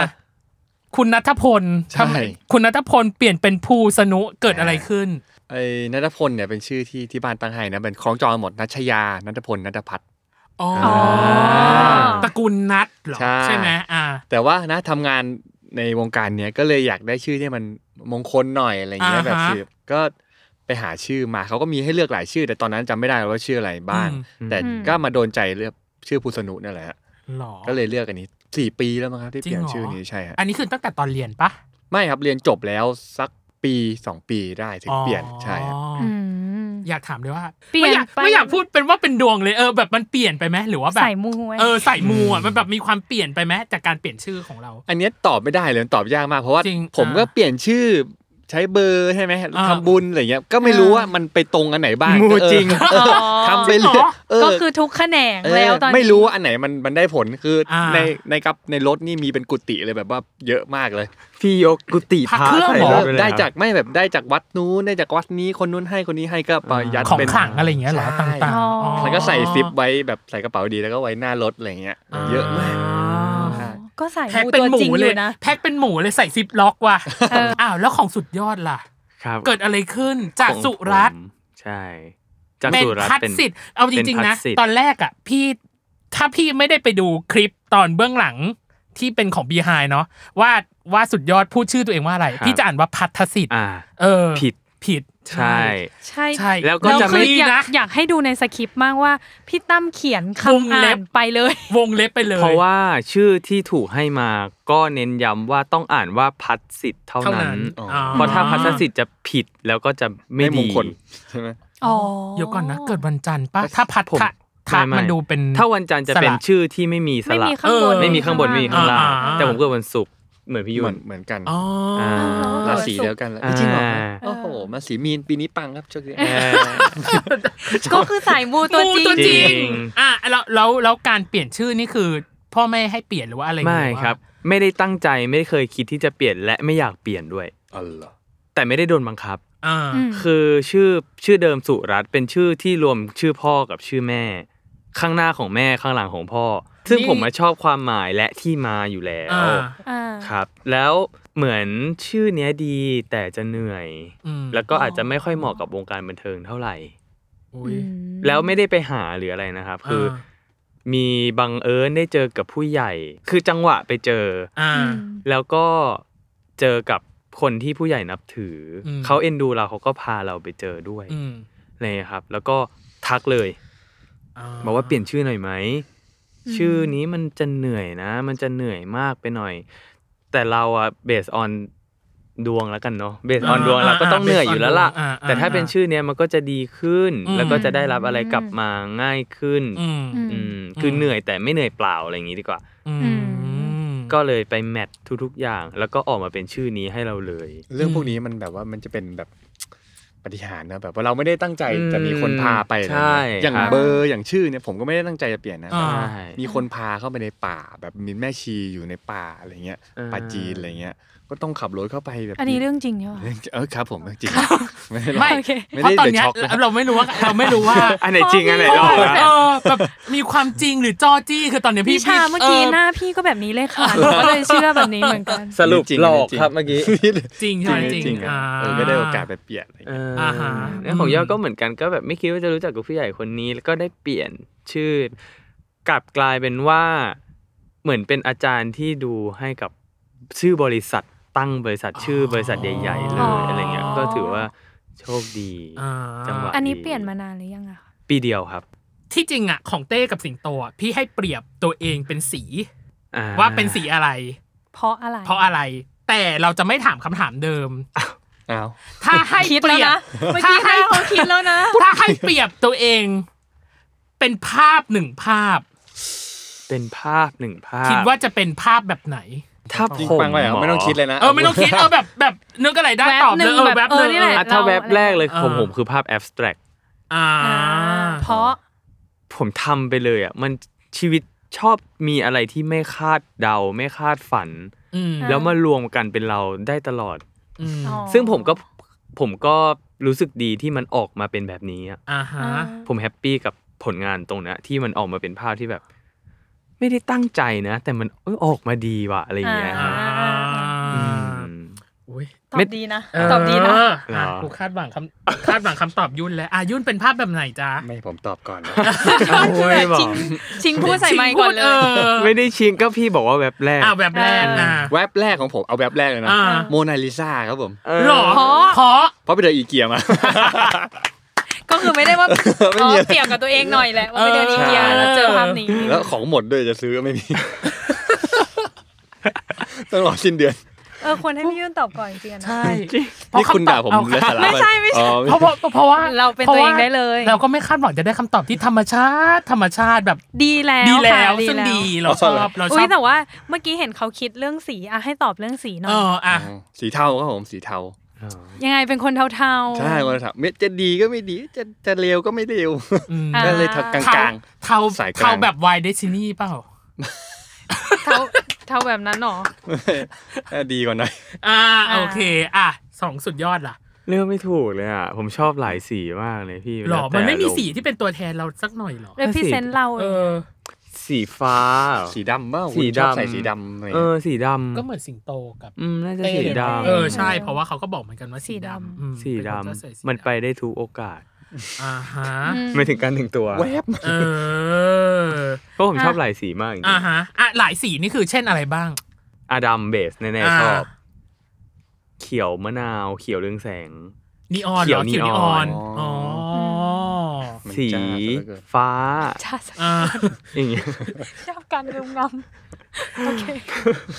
S2: คุณนัทพล
S4: ใช่
S2: ทำไมคุณนัทพลเปลี่ยนเป็นภูสนุเกิดอะไรขึ้น
S4: ไอ้นัทพลเนี่ยเป็นชื่อที่ที่บ้านตั้งให้นะเป็นคล้องจองหมดนัชยานัทพลนัทพัฒน์
S2: อ๋อ
S1: อ
S2: ตระกูลนัทเหรอ
S4: ใช่
S2: ใช่ไหมอ่า
S4: แต่ว่านะทำงานในวงการเนี้ยก็เลยอยากได้ชื่อที่มันมงคลหน่อยอะไรอย่างเงี้ย
S2: อ่าฮะ
S4: แบบสืบก็ไปหาชื่อมาเขาก็มีให้เลือกหลายชื่อ แต่ตอนนั้นจำไม่ได้ว่าชื่ออะไรบ้าง
S2: อืม
S4: แต่
S1: อืม
S4: ก็มาโดนใจเลือกชื่อภูสนุนั่นแหละฮะ
S2: หรอ
S4: ก็เลยเลือกอันนี้สี่ปีแล้วมั้งครับที่
S2: จริ
S4: เป
S2: ง
S4: ลี่ยน
S2: เหรอ
S4: ชื่อนี้ใช่ฮะ
S2: อันนี้คือตั้งแต่ตอนเรียนปะ
S4: ไม่ครับเรียนจบแล้วสักปีสองปีได้ถึงเปลี่ยนใช่ฮะ
S2: อ๋ออ
S1: อืม
S2: อยากถามเลยว่า
S1: เปลี่ยน
S2: ไม่อยาก
S1: ไป
S2: ไม่อยากพูดเป็นว่าเป็นดวงเลยเออแบบมันเปลี่ยนไปไหมหรือว่าแบบ
S1: ใส่มูไว้
S2: เออใส่มูอ่ะมันแบบมีความเปลี่ยนไปไหมจากการเปลี่ยนชื่อของเรา
S4: อันเนี้ยตอบไม่ได้เลยมันตอบยากมาก เพราะว่า
S2: จริง
S4: ผมก็
S2: อ่า
S4: เปลี่ยนชื่อใช้เบอร์ใช่ไหม
S2: อ่า
S4: ทำบุญอะไรเงี้ยก็ไม่รู้ว่ามันไปตรงอันไหนบ้าง
S3: งู
S4: เออ
S3: จริง
S4: เออทำไปเรื่อยเ
S1: ก็คือทุกแขนง
S4: เออ
S1: แล้วตอนนี้
S4: ไม่รู้ว่าอันไหนมันมันได้ผลคืออา ในในกับในรถนี่มีเป็นกุฏิเลยแบบว่าเยอะมากเลย
S3: พี่ยกกุฏิ
S2: พระเครื่อง
S3: ใส่
S2: หรอ
S3: ถปเลยนะ
S4: ได้จากไม่แบบได้จากวัดนู้นได้จากวัดนี้คนนู้นให้คนนี้ให้ก็ไปยัด
S2: ของ
S4: เป็น
S2: ขลังอะไรอย่างเงี้ยเหรอ
S4: ใช่
S2: ต่างๆอ๋อ
S4: แล้วก็ใส่ซิปไว้แบบใส่กระเป๋าดีแล้วก็ไว้หน้ารถอะไรเงี้ย
S2: อ่า
S4: เยอะมาก
S1: อ๋อก็ใส่
S2: แพ็ค
S1: มู
S2: เป็น
S1: ตัว
S2: หมู
S1: จริงอ
S2: เลย
S1: ยู่นะ
S2: แพ็คเป็นหมูเลยใส่ซิปล็อกว่ะอ้าวแล้วของสุดยอดล่ะ
S3: ครับ
S2: เกิดอะไรขึ้นจาก
S3: ของ
S2: สุรัต
S3: ผ
S2: น์
S3: มใช่ จาก
S2: เป็น
S3: สุรัต
S2: พัด
S3: น์เป็น
S2: สิทธิ์เอาจริง ๆ นะ
S3: เป็นพัดสิทธิ์
S2: ตอนแรกอ่ะพี่ถ้าพี่ไม่ได้ไปดูคลิปตอนเบื้องหลังที่เป็นของบีไฮเนาะว่าว่าสุดยอดพูดชื่อตัวเองว่าอะไร พี่จะอ่านว่าพัทธสิทธิ์
S3: อ่า
S2: เออ
S3: ผิด
S2: ผิด
S3: ใช่
S1: ใช่
S2: ใช่
S3: แล้วก็จะ
S1: คือ
S3: ไม่
S1: อยาก
S2: นะ
S1: อยากให้ดูในสคริปต์มากว่า พี่ตั้มเขียน
S2: วง
S1: คำอ่า
S2: เล็
S1: น
S2: บ
S1: ไปเลย
S2: วงเล็บไปเลย
S3: เพราะว่าชื่อที่ถูกให้มาก็เน้นย้ำว่าต้องอ่านว่าพัดสิทธิ์เท่า
S2: เท่า
S3: นั้
S2: นั้น น
S4: อ๋อ
S2: อ๋อ
S3: เพราะถ้าพัดสิทธิ์จะผิดแล้วก็จะไม่
S4: ไม่ม
S3: ดี
S4: งคลใช่ไหม
S1: อ๋อ
S2: เดี๋ยวก่อนนะ เกิดวันจันทร์ปะถ้าพัท
S3: ผม
S2: ธะทะ
S3: ไม่ไม่
S2: มันดูเป็น
S3: ถ้าวันจันทร์จะเป็นชื่อที่ไม่มีส
S1: ไม่
S3: ระ
S1: มีข้างบน
S2: เออ
S3: ไม่มีข้างบนไม่มีข้างล่าง
S2: อ่า
S3: แต่ผมเกิดวันศุกร์ เหมือนพี่
S4: เห
S3: ยุ
S4: มือน นเหมือนกัน
S2: อ๋ออา
S4: ราศีเดียวกันเลย
S3: อ่า
S4: จริงเหรอโอ้โหมาสีมีนปีนี้ปังครับโชคดี
S6: ก็คือสายมูตัวจริง
S2: ตัวจริ
S3: จริ
S2: ง
S3: ง
S2: อ่ะแล้วแล้วแล้วการเปลี่ยนชื่อนี่คือพ่อแม่ให้เปลี่ยนหรือว่าอะไร
S3: ไม่
S2: หอว่า
S3: ครับ ไม่ได้ตั้งใจไม่ได้เคยคิดที่จะเปลี่ยนและไม่อยากเปลี่ยนด้วย
S4: อ๋อเหรอ
S3: แต่ไม่ได้โดนบังคับ
S2: อ่า
S1: อืม
S3: คือชื่อชื่อเดิมสุรัตน์เป็นชื่อที่รวมชื่อพ่อกับชื่อแม่ ข้างหน้าของแม่ข้างหลังของพ่อ ซึ่งผมมาชอบความหมายและที่มาอยู่แล้ว
S2: อ่า
S1: อ่า
S3: ครับ แล้วเหมือนชื่อเนี้ยดีแต่จะเหนื่อย
S2: อืม
S3: แล้วก็อาจจะไม่ค่อยเหมาะกับวงการบันเทิงเท่าไหร่
S2: อุ๊ย
S1: อืม
S3: แล้วไม่ได้ไปหาหรืออะไรนะครับ คือ มีบังเอิญได้เจอกับผู้ใหญ่ คือจังหวะไปเจออ
S2: อ่า
S1: อืม
S3: แล้วก็เจอกับคนที่ผู้ใหญ่นับถืออ
S2: ม
S3: เขาเอ็นดูเราเขาก็พาเราไปเจอด้วย
S2: อืม
S3: อะไรอย่างเลยครับ แล้วก็ทักเลยบอกว่าเปลี่ยนชื่อหน่อยไหม ชื่อนี้มันจะเหนื่อยนะ มันจะเหนื่อยมากไปหน่อย แต่เราอะเบสออนดวงแล้วกันเนาะเบสออนดวงเราก็ต้องเหนื่อยอยู่แล้วล่ะ
S2: อ่าอ่า
S3: แต่ถ้าเป็นชื่อเนี้ยมันก็จะดีขึ้น
S2: อืม
S3: แล้วก็จะได้รับอะไรกลับมาง่ายขึ้น
S2: อืม
S3: อื
S1: อืม
S3: มคืออ
S2: ม
S3: เหนื่อยแต่ไม่เหนื่อยเปล่าอะไรอย่างงี้ดีกว่า
S2: อืม
S3: ก็เลยไปแมททุกๆอย่าง แล้วก็ออกมาเป็นชื่อนี้ให้เราเลย
S4: เรื่องพวกนี้มันแบบว่ามันจะเป็นแบบปฏิหารย์นะแบบว่าเราไม่ได้ตั้งใจ
S3: อืม
S4: แต่มีคนพาไปอะไร
S3: ใช่
S4: เงี้ยอย่าง
S3: ครับ
S4: เบอร์อย่างชื่อเนี่ยผมก็ไม่ได้ตั้งใจจะเปลี่ยนนะ
S2: อ่า
S4: แต่ว่า
S3: ใช่
S4: มีคนพาเข้าไปในป่า แบบมีแม่ชีอยู่ในป่าอะไรเงี้ย
S3: อ่า
S4: ป่าจีนอะไรเงี้ย ก็ต้องขับรถเข้าไปแบบ
S1: อันนี้เรื่องจริงใช่ปะ
S4: เออครับผมเรื่องจริงไม่ได้หรอก
S2: ไม่เพ
S4: ไม่
S2: ราะ
S4: ได้
S2: ตอน
S4: เดือด
S2: เนี้ย
S4: ช็อกนะ
S2: เราไม่รู้ว่าเราไม่รู้ว่า
S3: อันไหนจริงอันไหนหลอก
S2: เออแบบมีความจริงหรือจอจี้คือตอนเนี้ยพี่
S1: พี่ชาเมื่อกี้หน้าพี่ก็แบบนี้เลยค่ะหนูก็เลยเชื่อแบบนี้เหมือนกัน
S3: สรุป
S4: จริงๆ
S3: หลอก
S4: จริ
S3: ค
S4: งๆ
S3: รับเมื่อกี้
S2: จริงใช่ไหม
S4: จ
S2: จ
S4: ริ
S2: ริ
S4: ง
S2: ง
S4: จริงๆอะ
S2: า
S4: เออก็ได้โอกาสไปเปลี่ยนอะไรเงี้ย
S3: อ่า
S2: อ่าฮะ
S3: แล้วของ
S2: อืม
S3: ยอดก็เหมือนกันก็แบบไม่คิดว่าจะรู้จักกับผู้ใหญ่คนนี้ แล้วก็ได้เปลี่ยนชื่อ กลับกลายเป็นว่าเหมือนเป็นอาจารย์ที่ดูให้กับชื่อบริษัทตั้งบริษัทชื่อบริษัทใหญ่ ๆ เล
S1: อ๋
S3: ย
S1: ออ
S3: อะไรเงี้ยก็ถือว่าโชคดี
S2: อ่า
S3: จังหวะ
S1: อันนี้
S3: ดี
S1: เปลี่ยนมานานหรือยังอะคะ
S3: ปีเดียวครับ
S2: ที่จริงอ่ะของเต้กับสิงโตอะพี่ให้เปรียบตัวเองเป็นสี
S3: อ่
S2: ว่าเป็นสีอะไร
S1: เพราะอะไร
S2: เพราะอะไร แต่เราจะไม่ถามคำถามเดิม
S4: อ้าว
S2: ถ้าให้
S1: คิด
S2: เป
S1: แล้ว
S2: รียบ
S1: นะเมื่อกี้
S2: ถ้าให้
S1: ให้เขาคิดแล้วนะ
S2: ถ้าให้เปรียบตัวเอง เป็นภาพหนึ่งภาพ
S3: เป็นภาพหนึ่งภาพ
S2: คิดว่าจะเป็นภาพแบบไหน
S3: ถ้า
S4: จริง
S3: ผม
S4: ปังไปเหรอไม่ต้องคิดเลยนะ
S2: เออไม่ต้องคิดเออแบบแบบนึกอะไรได้
S1: แวบ
S2: ตอบ
S1: หนึ่ง
S2: เลยเออ
S1: แบบ
S2: แบบหนึ่
S1: เออ
S2: ง
S1: นี่แหละ
S3: อ่ะถ้าแวบแรกเลย
S2: เออ
S3: ของผมคือภาพแอบสแตรก
S2: อ่า
S1: อ่าเพราะ
S3: ผมทำไปเลยอ่ะมันชีวิตชอบมีอะไรที่ไม่คาดเดา ไม่คาดฝัน
S2: อืม
S3: แล้วมารวมกันเป็นเราได้ตลอด
S2: อืม
S1: อ๋อ
S3: ซึ่งผมก็ผมก็รู้สึกดีที่มันออกมาเป็นแบบนี้อะ
S2: อ่าฮะ
S3: ผมแฮปปี้กับผลงานตรงเนี้ยที่มันออกมาเป็นภาพที่แบบ ไม่ได้ตั้งใจนะ แต่มันเอ้ยออกมาดีว่ะอะไรอย่างเงี้ย
S1: อ่า
S3: ฮะอืม
S2: อุ๊ย
S1: ตอ
S3: ไม่
S1: บดีนะ ตอบดีนะ
S2: เออ
S3: เหรออ่
S2: อ่ะกูคาดหวังคำคาดหวังคำตอบยุ่นแล้วอ่ะยุ่นเป็นภาพแบบไหนจ๊ะ
S4: ไม่ผมตอบก่อนนะ
S3: โอ้ยบอ
S1: ชิ
S3: ก
S1: งชิงพูดใส่ไมค์ก่อนเลย
S2: ชิงพูดเออ
S3: ไม่ได้ชิงก็พี่บอกว่าแบบแรก
S2: อ่ะแบบแรกอ่ะ
S4: แวบแรกของผมเอาแวบแรกเลยนะ
S2: อ่า
S4: โมนาลิซาครับผม
S3: เออ
S2: หรอ
S1: เพราะ
S2: เพราะ
S4: เพราะไปเจออีเกียมา
S1: ก็คือไม่ได้ว่า
S4: ไม่
S1: อ๋
S4: มี
S1: อ
S4: อะ ไร
S1: เปรียบกับตัวเองหน่อยแหละว่าไปเดินอีเกียแล้วเจอภาพนี้
S4: แล้วของหมดด้วยจะซื้อก็ไม่มี ต้องรอสิ้นเดือน
S1: เออควรให้พี่ยุ่นตอบก่อนจริงๆนะ
S2: ใช่
S4: นี่คุณด่าผม
S2: เอ
S4: และสาระ
S1: ไม่ใช่ไม่ใช่
S4: อ๋อ
S2: เพราะเพราะเพราะว่า
S1: เราเป็นตัวเองได้เลย
S2: เราก็ไม่คาดหวังจะได้คำตอบที่ธรรมชาติ ธรรมชาติแบบ
S1: ดีแล้ว
S2: ดีแล้
S1: ค่ะ
S2: วซึ่งดีเราชอบเราช
S1: อุ้
S2: อย บ
S1: แต่ว่าเมื่อกี้เห็นเขาคิดเรื่องสีอะให้ตอบเรื่องสีหน่อ
S2: เอย ออ่ะ
S4: สีเทาครับผมสีเทา
S1: ยังไงเป็นคนเทาๆ
S4: ใช่คนถามเม็ดจะดีก็ไม่ดี จะจะเร็วก็ไม่เร็ว
S2: อืม
S4: ก็เลยทักกลาง
S2: เทา
S4: สายกลาง
S2: เทาแบบวายเดซินี่เปล่า
S1: เทาเทาแบบนั้นหรอ
S4: ๆเออดีกว่าหน่อย
S2: อ่าโอเค อ่ะสองสุดยอดล่ะ
S3: เลือกไม่ถูกเลยอ่ะผมชอบหลายสีมากเลยพี่
S2: หรอ
S3: แล้วแต่
S2: มันไม่มี
S3: อารณ์
S2: สีที่เป็นตัวแทนเราสักหน่อยหรอ
S1: represent เรา
S2: เออ
S3: สีฟ้า
S4: สีดำเปล่าคุ ณ
S3: สี
S4: ชอบ
S3: ดำ
S4: ใส่สีดำอะไรอย่าง
S3: เออ
S4: เงี้ย
S3: สีดำ
S2: ก็เหมือนสิงโตกับ
S3: อืมน่าจะ
S2: เต้
S3: สี
S2: เลย
S3: ดำ
S2: เออใช่ เพราะว่าเขาก็บอกเหมือนกันว่าสีดำอืม
S3: สีด
S2: เป็คจะใส่สี
S3: ำมันไปได้ทุกโอกาส
S2: อ่าฮะ
S3: ไม่ถึงการถึงตัว
S4: แวบ
S2: เออ
S3: เพราะผมชอบหลายสีมากจริง
S2: อ่าฮะอ่ะหลายสีนี่คือเช่นอะไรบ้าง
S3: ๆอาดัมเบสแน่
S2: อ่า
S3: ๆชอบ เขียวมะนาว เขียวเรืองแสง
S2: นีออนหรอ
S3: เขี
S2: เขีย
S3: ยวว
S2: นี
S3: นี
S2: ออ
S3: ออน น
S2: อ๋อ
S4: มัน
S3: สี
S4: จ้าซะเหลือเกิน
S3: ฟ้า
S1: ชา
S2: อ่า
S3: อย่างเงี้ย
S1: ชอบการรุมงำโอเค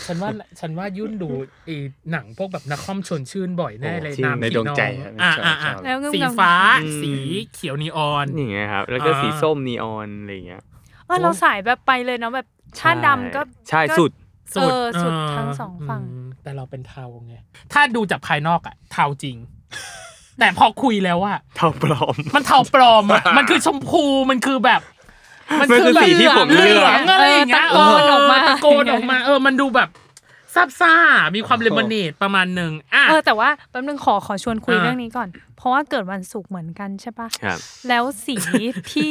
S2: ฉันว่าฉันว่ายุ่นดูไอ้หนังพวกแบบนักคอมชวนชื่นบ่อยแน่เลยาม
S4: ใน
S2: สี
S4: ดวงใจ
S2: น้
S4: ฮะ
S2: องอ่าอ่าอ่า
S1: แล้วงุ่ม
S2: สี
S1: งำ
S2: ฟ้า สีเขียวนีออน
S3: อย่างเงี้ยครับ แล้วก็สี
S2: อ่า
S3: ส้มนีออนอะไรอย่างเงี้ย
S1: เออเราสายแบบไปเลยเนาะแบบชาติดำก็
S3: ใช่
S1: ก็
S3: สุด
S2: สุด
S1: เออสุด
S2: เ
S1: ทั้งสองฝั่ง
S2: มแต่เราเป็นเทาไง ถ้าดูจากภายนอกอะเทาจริง แต่พอคุยแล้วอะ
S3: เท่าปลอม
S2: มันเทาปลอมอะ มันคือชมพูมันคือแบบ
S3: มันคือสีที่ผมเลือก
S2: หงอะไรอย่างเงี้ย
S6: เออตะโกนออกมา
S2: เตะโกนออกมาเออมันดูแบบซาบซ่ามีความเลมอนเนดประมาณหนึ่งอ่ะ
S1: เออแต่ว่าแป๊บนึงขอขอชวนคุย
S2: อ่า
S1: เรื่องนี้ก่อน เพราะว่าเกิดวันศุกร์เหมือนกันใช่ปะ
S3: ครับ
S1: แล้วสีที่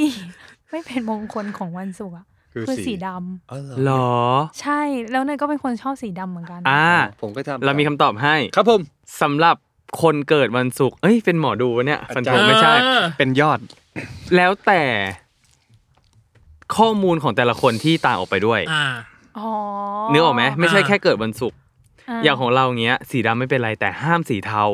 S1: ไม่เป็นมงคลของวันศุกร์อะ
S4: คือ
S1: คือ
S4: สี
S1: สีดำ
S3: หรอ
S1: ใช่แล้วเนยก็เป็นคนชอบสีดำเหมือนกัน
S3: อ่า
S4: ผมก็ทำ
S3: เรามีคำตอบให้
S4: ครับผม
S3: สำหรับคนเกิดวันศุกร์เอ้ย เป็นหมอดูวะเนี่ยฟันธงไม่ใช่
S2: เออ
S4: เป็นยอด
S3: แล้วแต่ข้อมูลของแต่ละคนที่ต่างออกไปด้วย
S2: อ่า
S1: อ๋อ
S3: นึกออกไหมไม่ใช่แค่เกิดวันศุกร์
S1: ะ
S3: อย่างของเราเงี้ย สีดำไม่เป็นไรแต่ห้ามสีเทา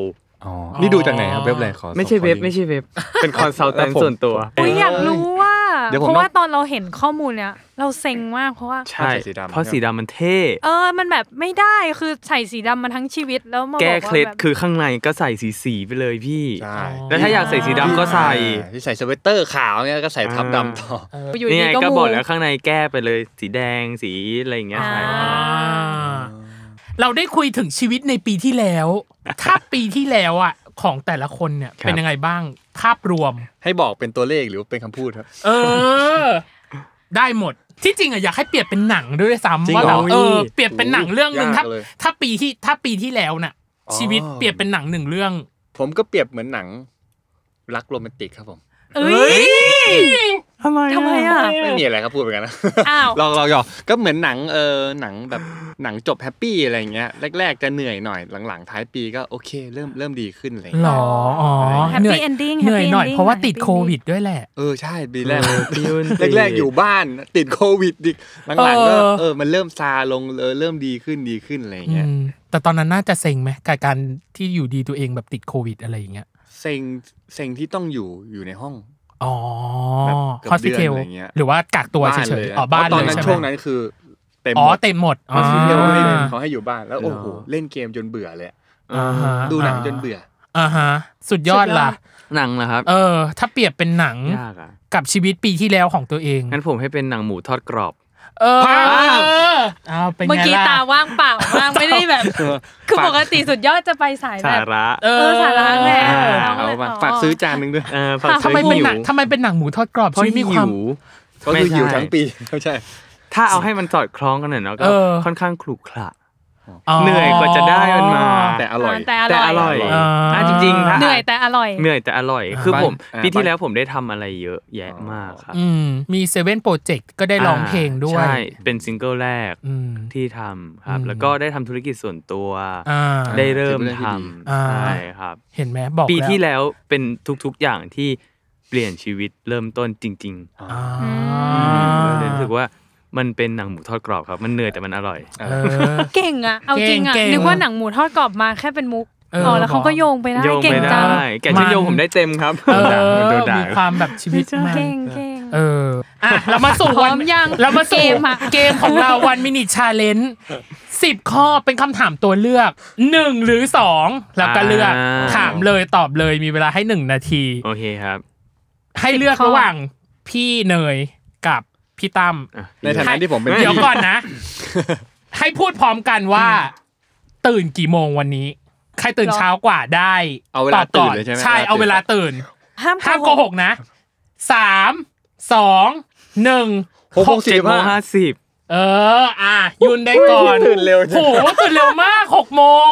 S4: อ๋อ
S2: อ๋อ
S4: นี่ดูจากไหนครับเว็บอะไรขอ
S3: ไม่ใช่
S4: ขอ
S3: เว็บ
S4: ลิงก์
S3: ไม่ใช่เว็บ เป็นคอนซัลแทน
S4: ผม
S3: ส่วนตัว
S1: อุ้ยอยากรู้ว่า
S4: เดี๋ยวผม
S1: เพราะว่า
S4: ลอง
S1: ตอนเราเห็นข้อมูลเนี่ย เราเซ็งมากเพราะว่า
S3: ใช่
S4: เอาใส่สีดำ
S3: เพราะสีดำมันเท่
S1: เออ มันแบบไม่ได้คือใส่สีดำมาทั้งชีวิตแล้วมาบ
S3: แก้
S1: อก
S3: เค
S1: ว่า
S3: ล็ด
S1: แบบ
S3: คือข้างในก็ใส่สีสีๆไปเลยพี่
S4: ใช่
S3: แล้วถ้าอยากใส่สีดำก็ใส่
S4: อ่าที่ใส่สเวตเตอร์ขาวเนี่ยแล้วก็ใส่ทับดำต่อ
S1: อยู่
S3: นี่
S1: ดี
S3: ไง
S1: ก็
S3: ก็
S1: มู
S3: บอกแล้วข้างในแก้ไปเลยสีแดงสีอะไรอย่างเงี้ย
S1: อ่า
S3: ใช่
S2: อ่าเราได้คุยถึงชีวิตในปีที่ แล้ว ถ้าปีที่แล้วอ่ะ ของแต่ละคนเนี่ย เป็นยังไงบ้าง ภาพรวม
S4: ให้บอกเป็นตัวเลขหรือเป็นคำพูดครับ
S2: เออ ได้หมด ที่จริงอ่ะอยากให้เปรียบเป็นหนังด้วย
S4: จริ
S2: ซ้ำ
S4: ง
S2: ว่าแบบ
S4: เหรอ
S2: เออเปรียบเป็นหนังเรื่องหนึ่ง
S4: ยาก
S2: ถ้า
S4: เลย
S2: ถ้าปีที่ถ้าปีที่แล้วน่ะ
S4: อ๋อ
S2: ชีวิตเปรียบเป็นหนังหนึ่งเรื่อง
S4: ผมก็เปรียบเหมือนหนัง รักโรแมนติกครับผม
S1: เอ้ย
S3: ทำไม
S1: ทำไมอ่ะ
S4: ไม่มีอะไรครับพูดไปกันนะ
S1: อ้าว
S4: ลองลองหยอกก็เหมือนหนังเออหนังแบบหนังจบแฮปปี้อะไรอย่างเงี้ยแรก ๆ จะเหนื่อยหน่อยหลังๆท้ายปีก็โอเค เริ่มเริ่มดีขึ้นอะไรอย่าง
S2: หร
S4: เงี้ย
S2: ออ๋อ
S1: Happy
S2: เหนื่อย
S1: ending
S2: เหนื่อย
S1: Happy
S2: หน่อย
S1: ending
S2: เพราะว่า
S1: หน่อย
S2: ติดโควิดด้วยแหละ
S4: เออใช่ปีแรก
S3: เออ ปีมันติด
S4: แรกๆอยู่บ้านติดโควิดดิหลังๆก็
S2: เออ
S4: เออมันเริ่มซาลงเออเริ่มดีขึ้นดีขึ้นอะไรอย่างเงี้ย
S2: อืมแต่ตอนนั้นน่าจะเซ็งไหมกับการที่อยู่ดีตัวเองแบบติดโควิดอะไรอย่างเงี้ย
S4: เซ็งเซ็งที่ต้องอยู่อยู่ในห้อง
S2: อ๋อ
S4: แบบเกื
S2: ฮอ
S4: อบ
S2: ส
S4: เดื
S2: พิ
S4: อน
S2: เทล
S4: อะไรเงี้ย
S2: หรือว่ากักตัวเฉยๆ
S4: นะ
S2: อ๋อบ้าน
S4: พระตอน
S2: เลย
S4: นั้น
S2: ใช่ไห
S4: ช่วง
S2: ม
S4: นั้นคือเต็ม
S2: อ๋อ
S4: หมด
S2: เต็มหมด
S4: ฮอสพิเทลไม่ได้เล่น
S2: อ่า
S4: เขาให้อยู่บ้านแล้วโอ้โห
S3: เหรอ
S4: เล่นเกมจนเบื่อเลยอะ
S2: อ่าฮะ
S4: ดูหนังจนเบื่อ
S2: อ่าฮะสุดยอดล่ะ
S3: หนังเหรอครับ
S2: เออ ถ้าเปรียบเป็นหนัง
S3: ยากอ่ะ
S2: กับชีวิตปีที่แล้วของตัวเอง
S3: งั้นผมให้เป็นหนังหมูทอดกรอบ
S2: เออ
S4: ภาพ
S2: อ้าวเป็นไง
S6: เมื่อกี้
S2: ล่ะ
S6: ตาว่างเปล่ามากไม่ได้แบบ คือปกติสุดยอดจะไปสายแบ
S3: สา
S6: บ
S3: ระ
S2: เอ
S6: เออสาระแหละ
S3: เออ
S6: เอ
S4: เอา
S6: เลย
S4: มา
S6: ต่
S4: ฝากซื้อจานหนึงด้วย
S3: เออฝาก
S2: ทำไม
S3: ซื้อ
S2: เป็น
S3: หิ
S2: หนั
S3: ว
S2: งทำไมเป็นหนังหมูทอดกรอบ
S3: เพราะ
S2: ชีวิตมี
S3: หิ
S2: ความ
S3: ว
S4: ก็
S3: ไม่
S4: คือ
S3: ใช่
S4: หิวทั้งปี ไม่ใช่
S3: ถ้าเอาให้มันสอดคล้องกันหน่อยเนาะก็
S2: เออ
S3: ค่อนข้างขลุกขระ เหนื่อยกว่าจะได้มันมา
S4: แต่อร่อย
S6: แต่
S3: แต่
S6: อ
S3: อ
S6: ร่
S3: ร่
S6: อ
S3: อย ย
S2: อ่า
S3: อ่ะจริงๆถ้า
S1: เหนื่อยแต่อร่อย
S3: เหนื่อยแต่อร่อย คือผม
S4: อ่า
S3: ปีที่แล้วผมได้ทำอะไรเยอะแยะมากครับ
S2: อืมมีเซเว่นโปรเจกต์ก็ได้ร้องเพลงด้วย
S3: ใช่เป็นซิงเกิลแรก
S2: อืม
S3: ที่ทำครับ
S2: อืม
S3: แล้วก็ได้ทำธุรกิจส่วนตัว
S2: อ่า
S3: ได้เริ่มท
S2: อ่า
S3: ำใช่ครับ
S2: เห็นไหมบอก
S3: ปี
S2: แล้
S3: ที่
S2: ว
S3: แล้วเป็นทุกๆอย่างที่เปลี่ยนชีวิตเริ่มต้นจริง
S2: อ่า
S3: ๆก็เลยรู้สึกว่ามันเป็นหนังหมูทอดกรอบครับ มันเหนื่อยแต่มันอร่อย
S2: เออ
S1: เก่งอ่ะ เอาจริงอ่ะ
S2: เก่งเก่ง
S1: นึกว่าหนังหมูทอดกรอบมาแค่เป็นมุก
S2: เอออ๋
S1: อ๋อแล้วเขาก็โยงไปได้
S3: โยง
S1: เก่
S3: ไป
S1: งจัง
S3: ได้ แกะชื่อโยง
S2: มัน
S3: ผมได้เต็มครับ
S2: เออ
S4: โดนด่า
S2: มีความแบบชีวิตมัน
S1: เก่งเก่ง
S2: เอออ่ะเรามาสู่
S1: พร้อ
S2: วั
S1: นมยัง
S2: เรามาสู่
S1: เกมอะ
S2: เกมของเราวันมินิชาเลนจ์สิบข้อเป็นคำถามตัวเลือกหนึ่งหรือสองแล้วก็เลือก
S3: อ่า
S2: ถามเลยตอบเลยมีเวลาให้หนึ่งนาที
S3: โอเคครับ
S2: ให้เลือกระหว่างพี่เนยกับพี่ตั้ม
S3: อ่ะ
S4: ในฐานะที่ผมเป็น
S2: เดี๋ยว
S4: พี่
S2: ก่อนนะ ให้พูดพร้อมกันว่า ตื่นกี่โมงวันนี้ ใครตื่นเช้ากว่าได้
S4: เอาเวลา
S2: ตบก่
S4: ตื่น
S2: อ
S4: เลยใช่ไหม
S2: ใช่เอาเวลาตื่น
S1: ห้าม
S2: ห้ามโกหกนะสามสองหนึ่ง
S4: หกโมงสี่
S3: เจ็ด
S4: สิบ
S3: โม
S4: ห้าง
S3: ห้าสิบ
S2: เออ อ่ะยืนได้ก่อน
S4: ตื่นเร็ว
S2: โหตื่นเร็วมากหกโมง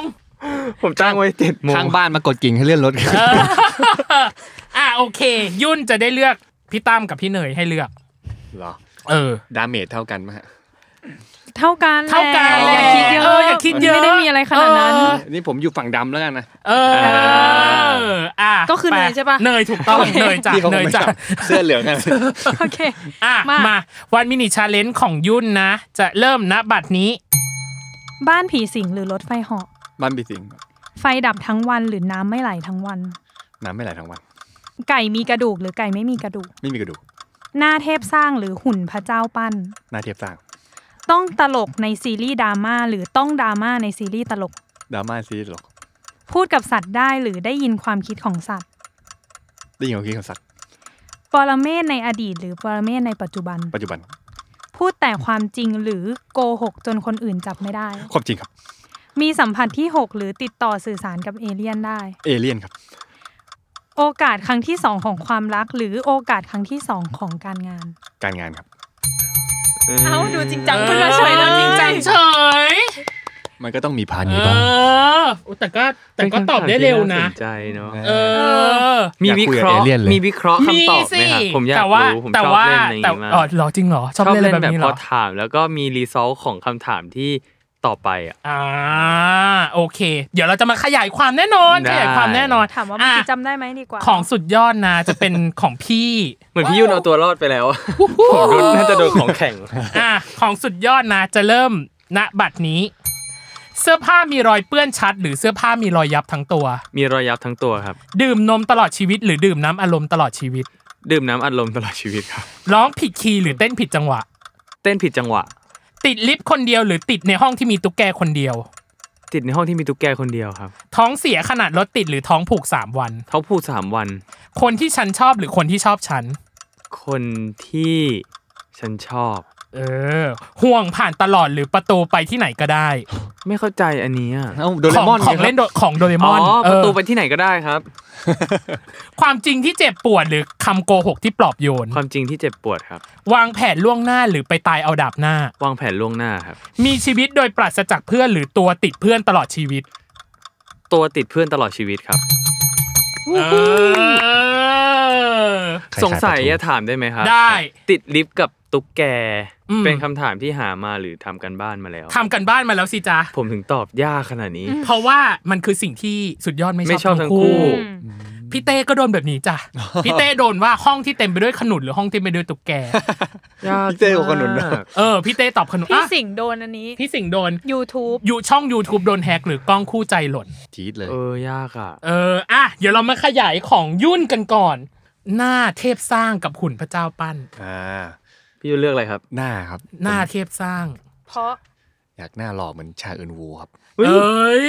S3: ผมจ้างไว้เจ็ดโม
S4: ข้าง งบ้านมากดกิ่งให้เลื่อนรถ
S2: เอออ่ะโอเค ยุ่นจะได้เลือกพี่ตั้มกับพี่เนยให้เลือก
S4: เหรอ
S2: เออ
S4: ดาเมจเท่ากันไหมฮะ
S1: เท่ากัน
S2: เท่ากัน
S1: แหละอย่าคิดเยอะ
S2: เอออย่าคิดเยอะ
S1: ไม่ได้มีอะไรขนาดนั้น
S4: นี่ผมอยู่ฝั่งดำแล้วกันนะ
S2: เอออ่ะ
S1: ก็คือเนยใช่ปะ
S2: เนยถูกต้องเนยจ้ะ
S4: พี่เขา
S2: เนย
S4: ไม่
S2: จ้ะ
S4: จับเสื้อเหลืองกัน
S1: โอเค
S2: อ่ะ
S1: มาม
S2: มาวันมินิชาเลนจ์ของยุ่นนะ จะเริ่มณบัดนี้
S1: บ้านผีสิงหรือรถไฟเหาะ
S4: บ้านปีสิง
S1: ไฟดับทั้งวันหรือน้ำไม่ไหลทั้งวัน
S4: น้ำไม่ไหลทั้งวัน
S1: ไก่มีกระดูกหรือไก่ไม่มีกระดูก
S4: ไม่มีกระดูก
S1: หน้าเทพสร้างหรือหุ่นพระเจ้าปั้น
S4: หน้าเทียบสร้าง
S1: ต้องตลกในซีรีส์ดราม่าหรือต้องดราม่าในซีรีส์ตลก
S4: ดราม่าซีรีส์หรอก
S1: พูดกับสัตว์ได้หรือได้ยินความคิดของสัตว์
S4: ได้ยินของคิดของสัตว์
S1: ปรเมศในอดีต หรือปรเมศในปัจจุบัน
S4: ปัจจุบัน
S1: พูดแต่ความจริงหรือโกหกจนคนอื่นจับไม่ได้
S4: ความจริงครับ
S1: มีสัมผัสที่ 6 หรือติดต่อสื่อสารกับเอเลี่ยนได้
S4: เอเลี่ยนครับ
S1: โอกาสครั้งที่ 2 ของความรัก หรือโอกาสครั้งที่ 2 ของการงาน
S4: การงานครับ
S6: เอาดูจริงจังขึ้นมาเฉยแล้วจริงจัง
S2: เฉย
S4: มันก็ต้องมีพาร์ท
S2: เอ
S4: นี้บ้าง
S2: อแต่ก็แต่ก็ตอบได้เร็วนะ
S3: ป็คำถามที่าสนใจเนาะ
S4: เออ
S2: เออ
S3: มีวิเคราะห์
S4: อยากคุยกับเอเลี่ยนเลย
S3: มีวิเคราะห์คำตอบไหมครับผมอยาก
S2: แต่ว่า
S3: รู้ผม
S2: แต่
S3: ชอบ
S2: ว่า
S3: เล่นอะไรอย่าง
S2: แต่
S3: งี้มาก
S2: เออเหรอจริงเหรอชอบเล่นอะไรแบบนี้เหร
S3: พอ
S2: อ
S3: ถามแล้วก็มีรีซอลของคำถามที่ต่อไปอ่ะ
S2: อ่าโอเค เดี๋ยวเราจะมาขยายความแน่นอน
S3: ได้
S2: ขยายความแน่นอน
S1: ถามว่าเมื่อกี้
S2: อ่ะ
S1: จำได้ไหมดีกว่า
S2: ของสุดยอดนะ จะเป็นของพี่
S3: เหมือนพี่ยุ่นเอาตัวรอดไปแล้วอะผมโดนน่าจะโดนของแข็ง
S2: อ่ะของสุดยอดนะ จะเริ่มณบัดนี้ เสื้อผ้ามีรอยเปื้อนชัด หรือเสื้อผ้ามีรอยยับทั้งตัว
S3: มีรอยยับทั้งตัวครับ
S2: ดื่มนมตลอดชีวิต หรือดื่มน้ำอารมณ์ตลอดชีวิต
S3: ดื่มน้ำอัดลมตลอดชีวิตครับ
S2: ร้องผิดคีย์หรือเต้นผิดจังหวะ
S3: เต้นผิดจังหวะ
S2: ติดลิฟต์คนเดียวหรือติดในห้องที่มีตุ๊กแกคนเดียว
S3: ติดในห้องที่มีตุ๊กแกคนเดียวครับ
S2: ท้องเสียขนาดรถติดหรือท้องผูกสามวัน
S3: เขาพูดสามวัน
S2: คนที่ฉันชอบหรือคนที่ชอบฉัน
S3: คนที่ฉันชอบ
S2: เออ ห่วงผ่านตลอดหรือประตูไปที่ไหนก็ได้
S3: ไม่เข้าใจอันเนี้ย
S4: เอ้าโด
S2: ข
S4: เร
S2: อง
S4: มอน
S2: ของเล่นโดของโดเรม
S3: อ๋อ
S2: อน
S3: ประตู
S2: เออ
S3: ไปที่ไหนก็ได้ครับ
S2: ความจริงที่เจ็บปวดหรือคำโกหกที่ปลอบโยน
S3: ความจริงที่เจ็บปวดครับ
S2: วางแผนล่วงหน้าหรือไปตายเอาดาบหน้า
S3: วางแผนล่วงหน้าครับ
S2: มีชีวิตโดยปราศจากเพื่อนหรือตัวติดเพื่อนตลอดชีวิต
S3: ตัวติดเพื่อนตลอดชีวิตครับ
S2: เออ
S4: ใครขา
S3: สงสัย
S4: ปลาทู
S3: จะถามได้ไหมครับ
S2: ได้
S3: ติดลิฟต์กับตุ๊กแก
S2: อืม
S3: เป็นคำถามที่หามาหรือทำกันบ้านมาแล้ว
S2: ทำกันบ้านมาแล้วสิจ๊ะ
S3: ผมถึงตอบยากขนาดนี้
S2: เพราะว่ามันคือสิ่งที่สุดยอดไม่
S3: ไม่ชอบทั้งคู่
S2: พี่เต้ก็โดนแบบนี้จ้ะ พี่เต้โดนว่าห้องที่เต็มไปด้วยขนุนหรือห้องที่เต็มไปด้วยตุ๊กแก
S3: ยาก
S4: พี่เต้บอกขนุนด้วย
S3: มาก
S2: เออพี่เต้ตอบขนุน
S6: พี่
S2: อ่ะ
S6: สิงห์โดนอันนี้
S2: พี่สิงห์โดน
S6: YouTube
S2: อยู่ช่อง YouTube โดนแฮกหรือกล้องคู่ใจหล่น
S4: จี๊ดเลย
S3: เออยากอ่ะ
S2: เอออ่ะเดี๋ยวเรามาขยายของยุ่นกันก่อน หน้าเทพสร้างกับหุ่นพระเจ้าปั้น
S4: อ่า
S3: พี่จะเลือกอะไรครับ
S4: หน้าครับ
S2: หน้า
S4: ผม
S2: เทพสร้าง
S6: เพราะ
S4: อยากหน้าหล่อเหมือนชาเอินวูครับ
S3: เฮ้ย
S2: เอ้ย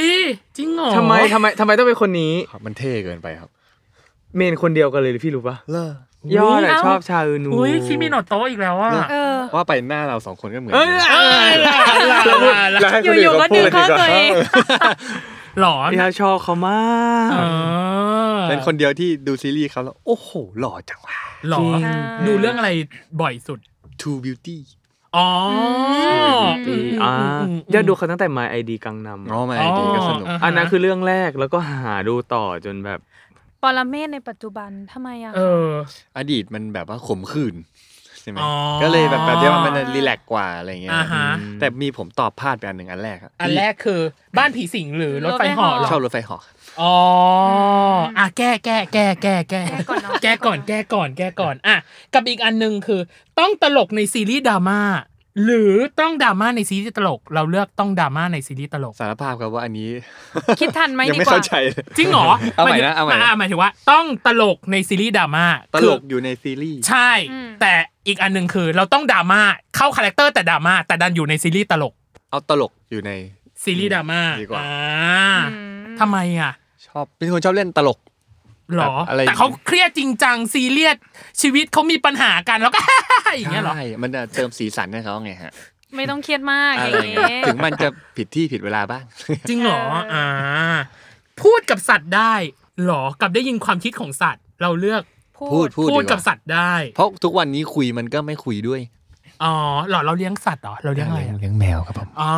S2: จริงเหรอ
S3: ทำไมทำไมทำไมต้องเป็นคนนี้
S4: มันเท่เกินไปครับ
S3: เมนคนเดียวกันเลยหรือพี่รู้ปะ
S4: เลิก
S3: ยอดอะชอบชาอืนู
S2: อุ้ยคิมิโนโตะอีกแล้วอ่ะ
S6: เออ
S4: ว่าไปหน้าเราสองคนก็เหมือน
S3: เอ้ย
S4: กัน
S2: เออละละละละ
S4: แล้วให้คน
S6: อยู่
S4: น
S6: ๆก็ดึงเข้า
S4: พูด
S6: ตัวเอง
S2: หลอน
S3: พี่ฮาชอบเขามาก
S2: เออ
S4: เป็นคนเดียวที่ดูซีรีส์เขาแล้ว โอ้โห หล่อจังวะ
S2: หลอนดูเรื่องอะไรบ่อยสุด
S4: Two Beauty
S2: อ๋อ
S3: ดีอ่าอยากดูเขาตั้งแต่ My ID กังนำ
S4: น้องมาไอดีก็สนุก
S3: อันนั้นคือเรื่องแรกแล้วก็หาดูต่อจนแบบ
S1: ปรเมศในปัจจุบันทำไมอะ
S2: เออ
S4: อดีตมันแบบว่าขมขื่นใช่ไหม
S2: อ๋อ
S4: ก็เลยแบบแบบเดียวมันจะรีแลกซ์กว่าอะไรเงี้ย
S2: อ่าฮะ
S4: อืมแต่มีผมตอบพลาดไปอันหนึ่งอันแรกครับ
S2: อันแรกคือบ้านผีสิงหรือรถไฟเหอหรอ
S4: ชอบรถไฟเหอ
S2: อ๋ออ่ะแก้แก้แก้แก้แก้แก้ก่อนแก้ก่อนแก้ก่อนอ่ะกับอีกอันหนึ่งคือ ต้องตลกในซีรีส์ดราม่าหรือต้องดราม่าในซีรีส์ตลก เราเลือกต้องดราม่าในซีรีส์ตลก
S4: สารภาพครับว่าอันนี้
S6: คิดทันไหม
S4: ยัง
S6: ดี
S4: ไม่
S6: กว่า
S4: เข้าใจเลย
S2: จริงเหรอ
S4: เอาใหม่นะเอาใหม่นะ
S2: หมายถึงว่า ต้องตลกในซีรีส์ดราม่า
S4: ต
S2: คื
S4: ล
S2: อก
S4: อยู่ในซีรีส์
S2: ใช่
S6: อืม
S2: แต่อีกอันหนึ่งคือ เราต้องดราม่าเข้าคาแรคเตอร์แต่ดราม่าแต่ดันอยู่ในซีรีส์ตลก
S4: เอาตลกอยู่ใน
S2: ซีรีส์ดราม่า
S4: ดีกว่า
S2: อ่
S6: อืม
S2: ทำไมอ่ะ
S4: ชอบเป็นคนชอบเล่นตลก
S2: หรอ
S4: แบบอะไร
S2: แต่เขาเครียดจริงจังซีเรียสชีวิตเขามีปัญหากันแล้วก็ อย่างเงี้ยเหรอ
S4: ใช่มันจะเติมสีสันให้เขาไงฮะ
S6: ไม่ต้องเครียดมาก
S4: อะ
S6: อ
S4: ไร
S6: ย่าง
S4: เงี้
S6: เงี้
S4: ย
S6: ย
S4: ถึงมันจะผิดที่ผิดเวลาบ้าง
S2: จริงเหรอ
S6: เอออ่
S2: อ่าพูดกับสัตว์ได้หรอกับได้ยินความคิดของสัตว์ เราเลือก
S4: พูดพูด
S2: พูด
S4: ดี
S2: กับ
S4: ว่า
S2: สัตว์ได้
S4: เพราะทุกวันนี้คุยมันก็ไม่คุยด้วย
S2: อ๋อหรอเราเลี้ยงสัตว์เหรอเราเลี้ยงอะไร
S4: เลี้ยง
S2: อ่ะ
S4: เลี้ยงแมวครับผม
S2: อ๋อ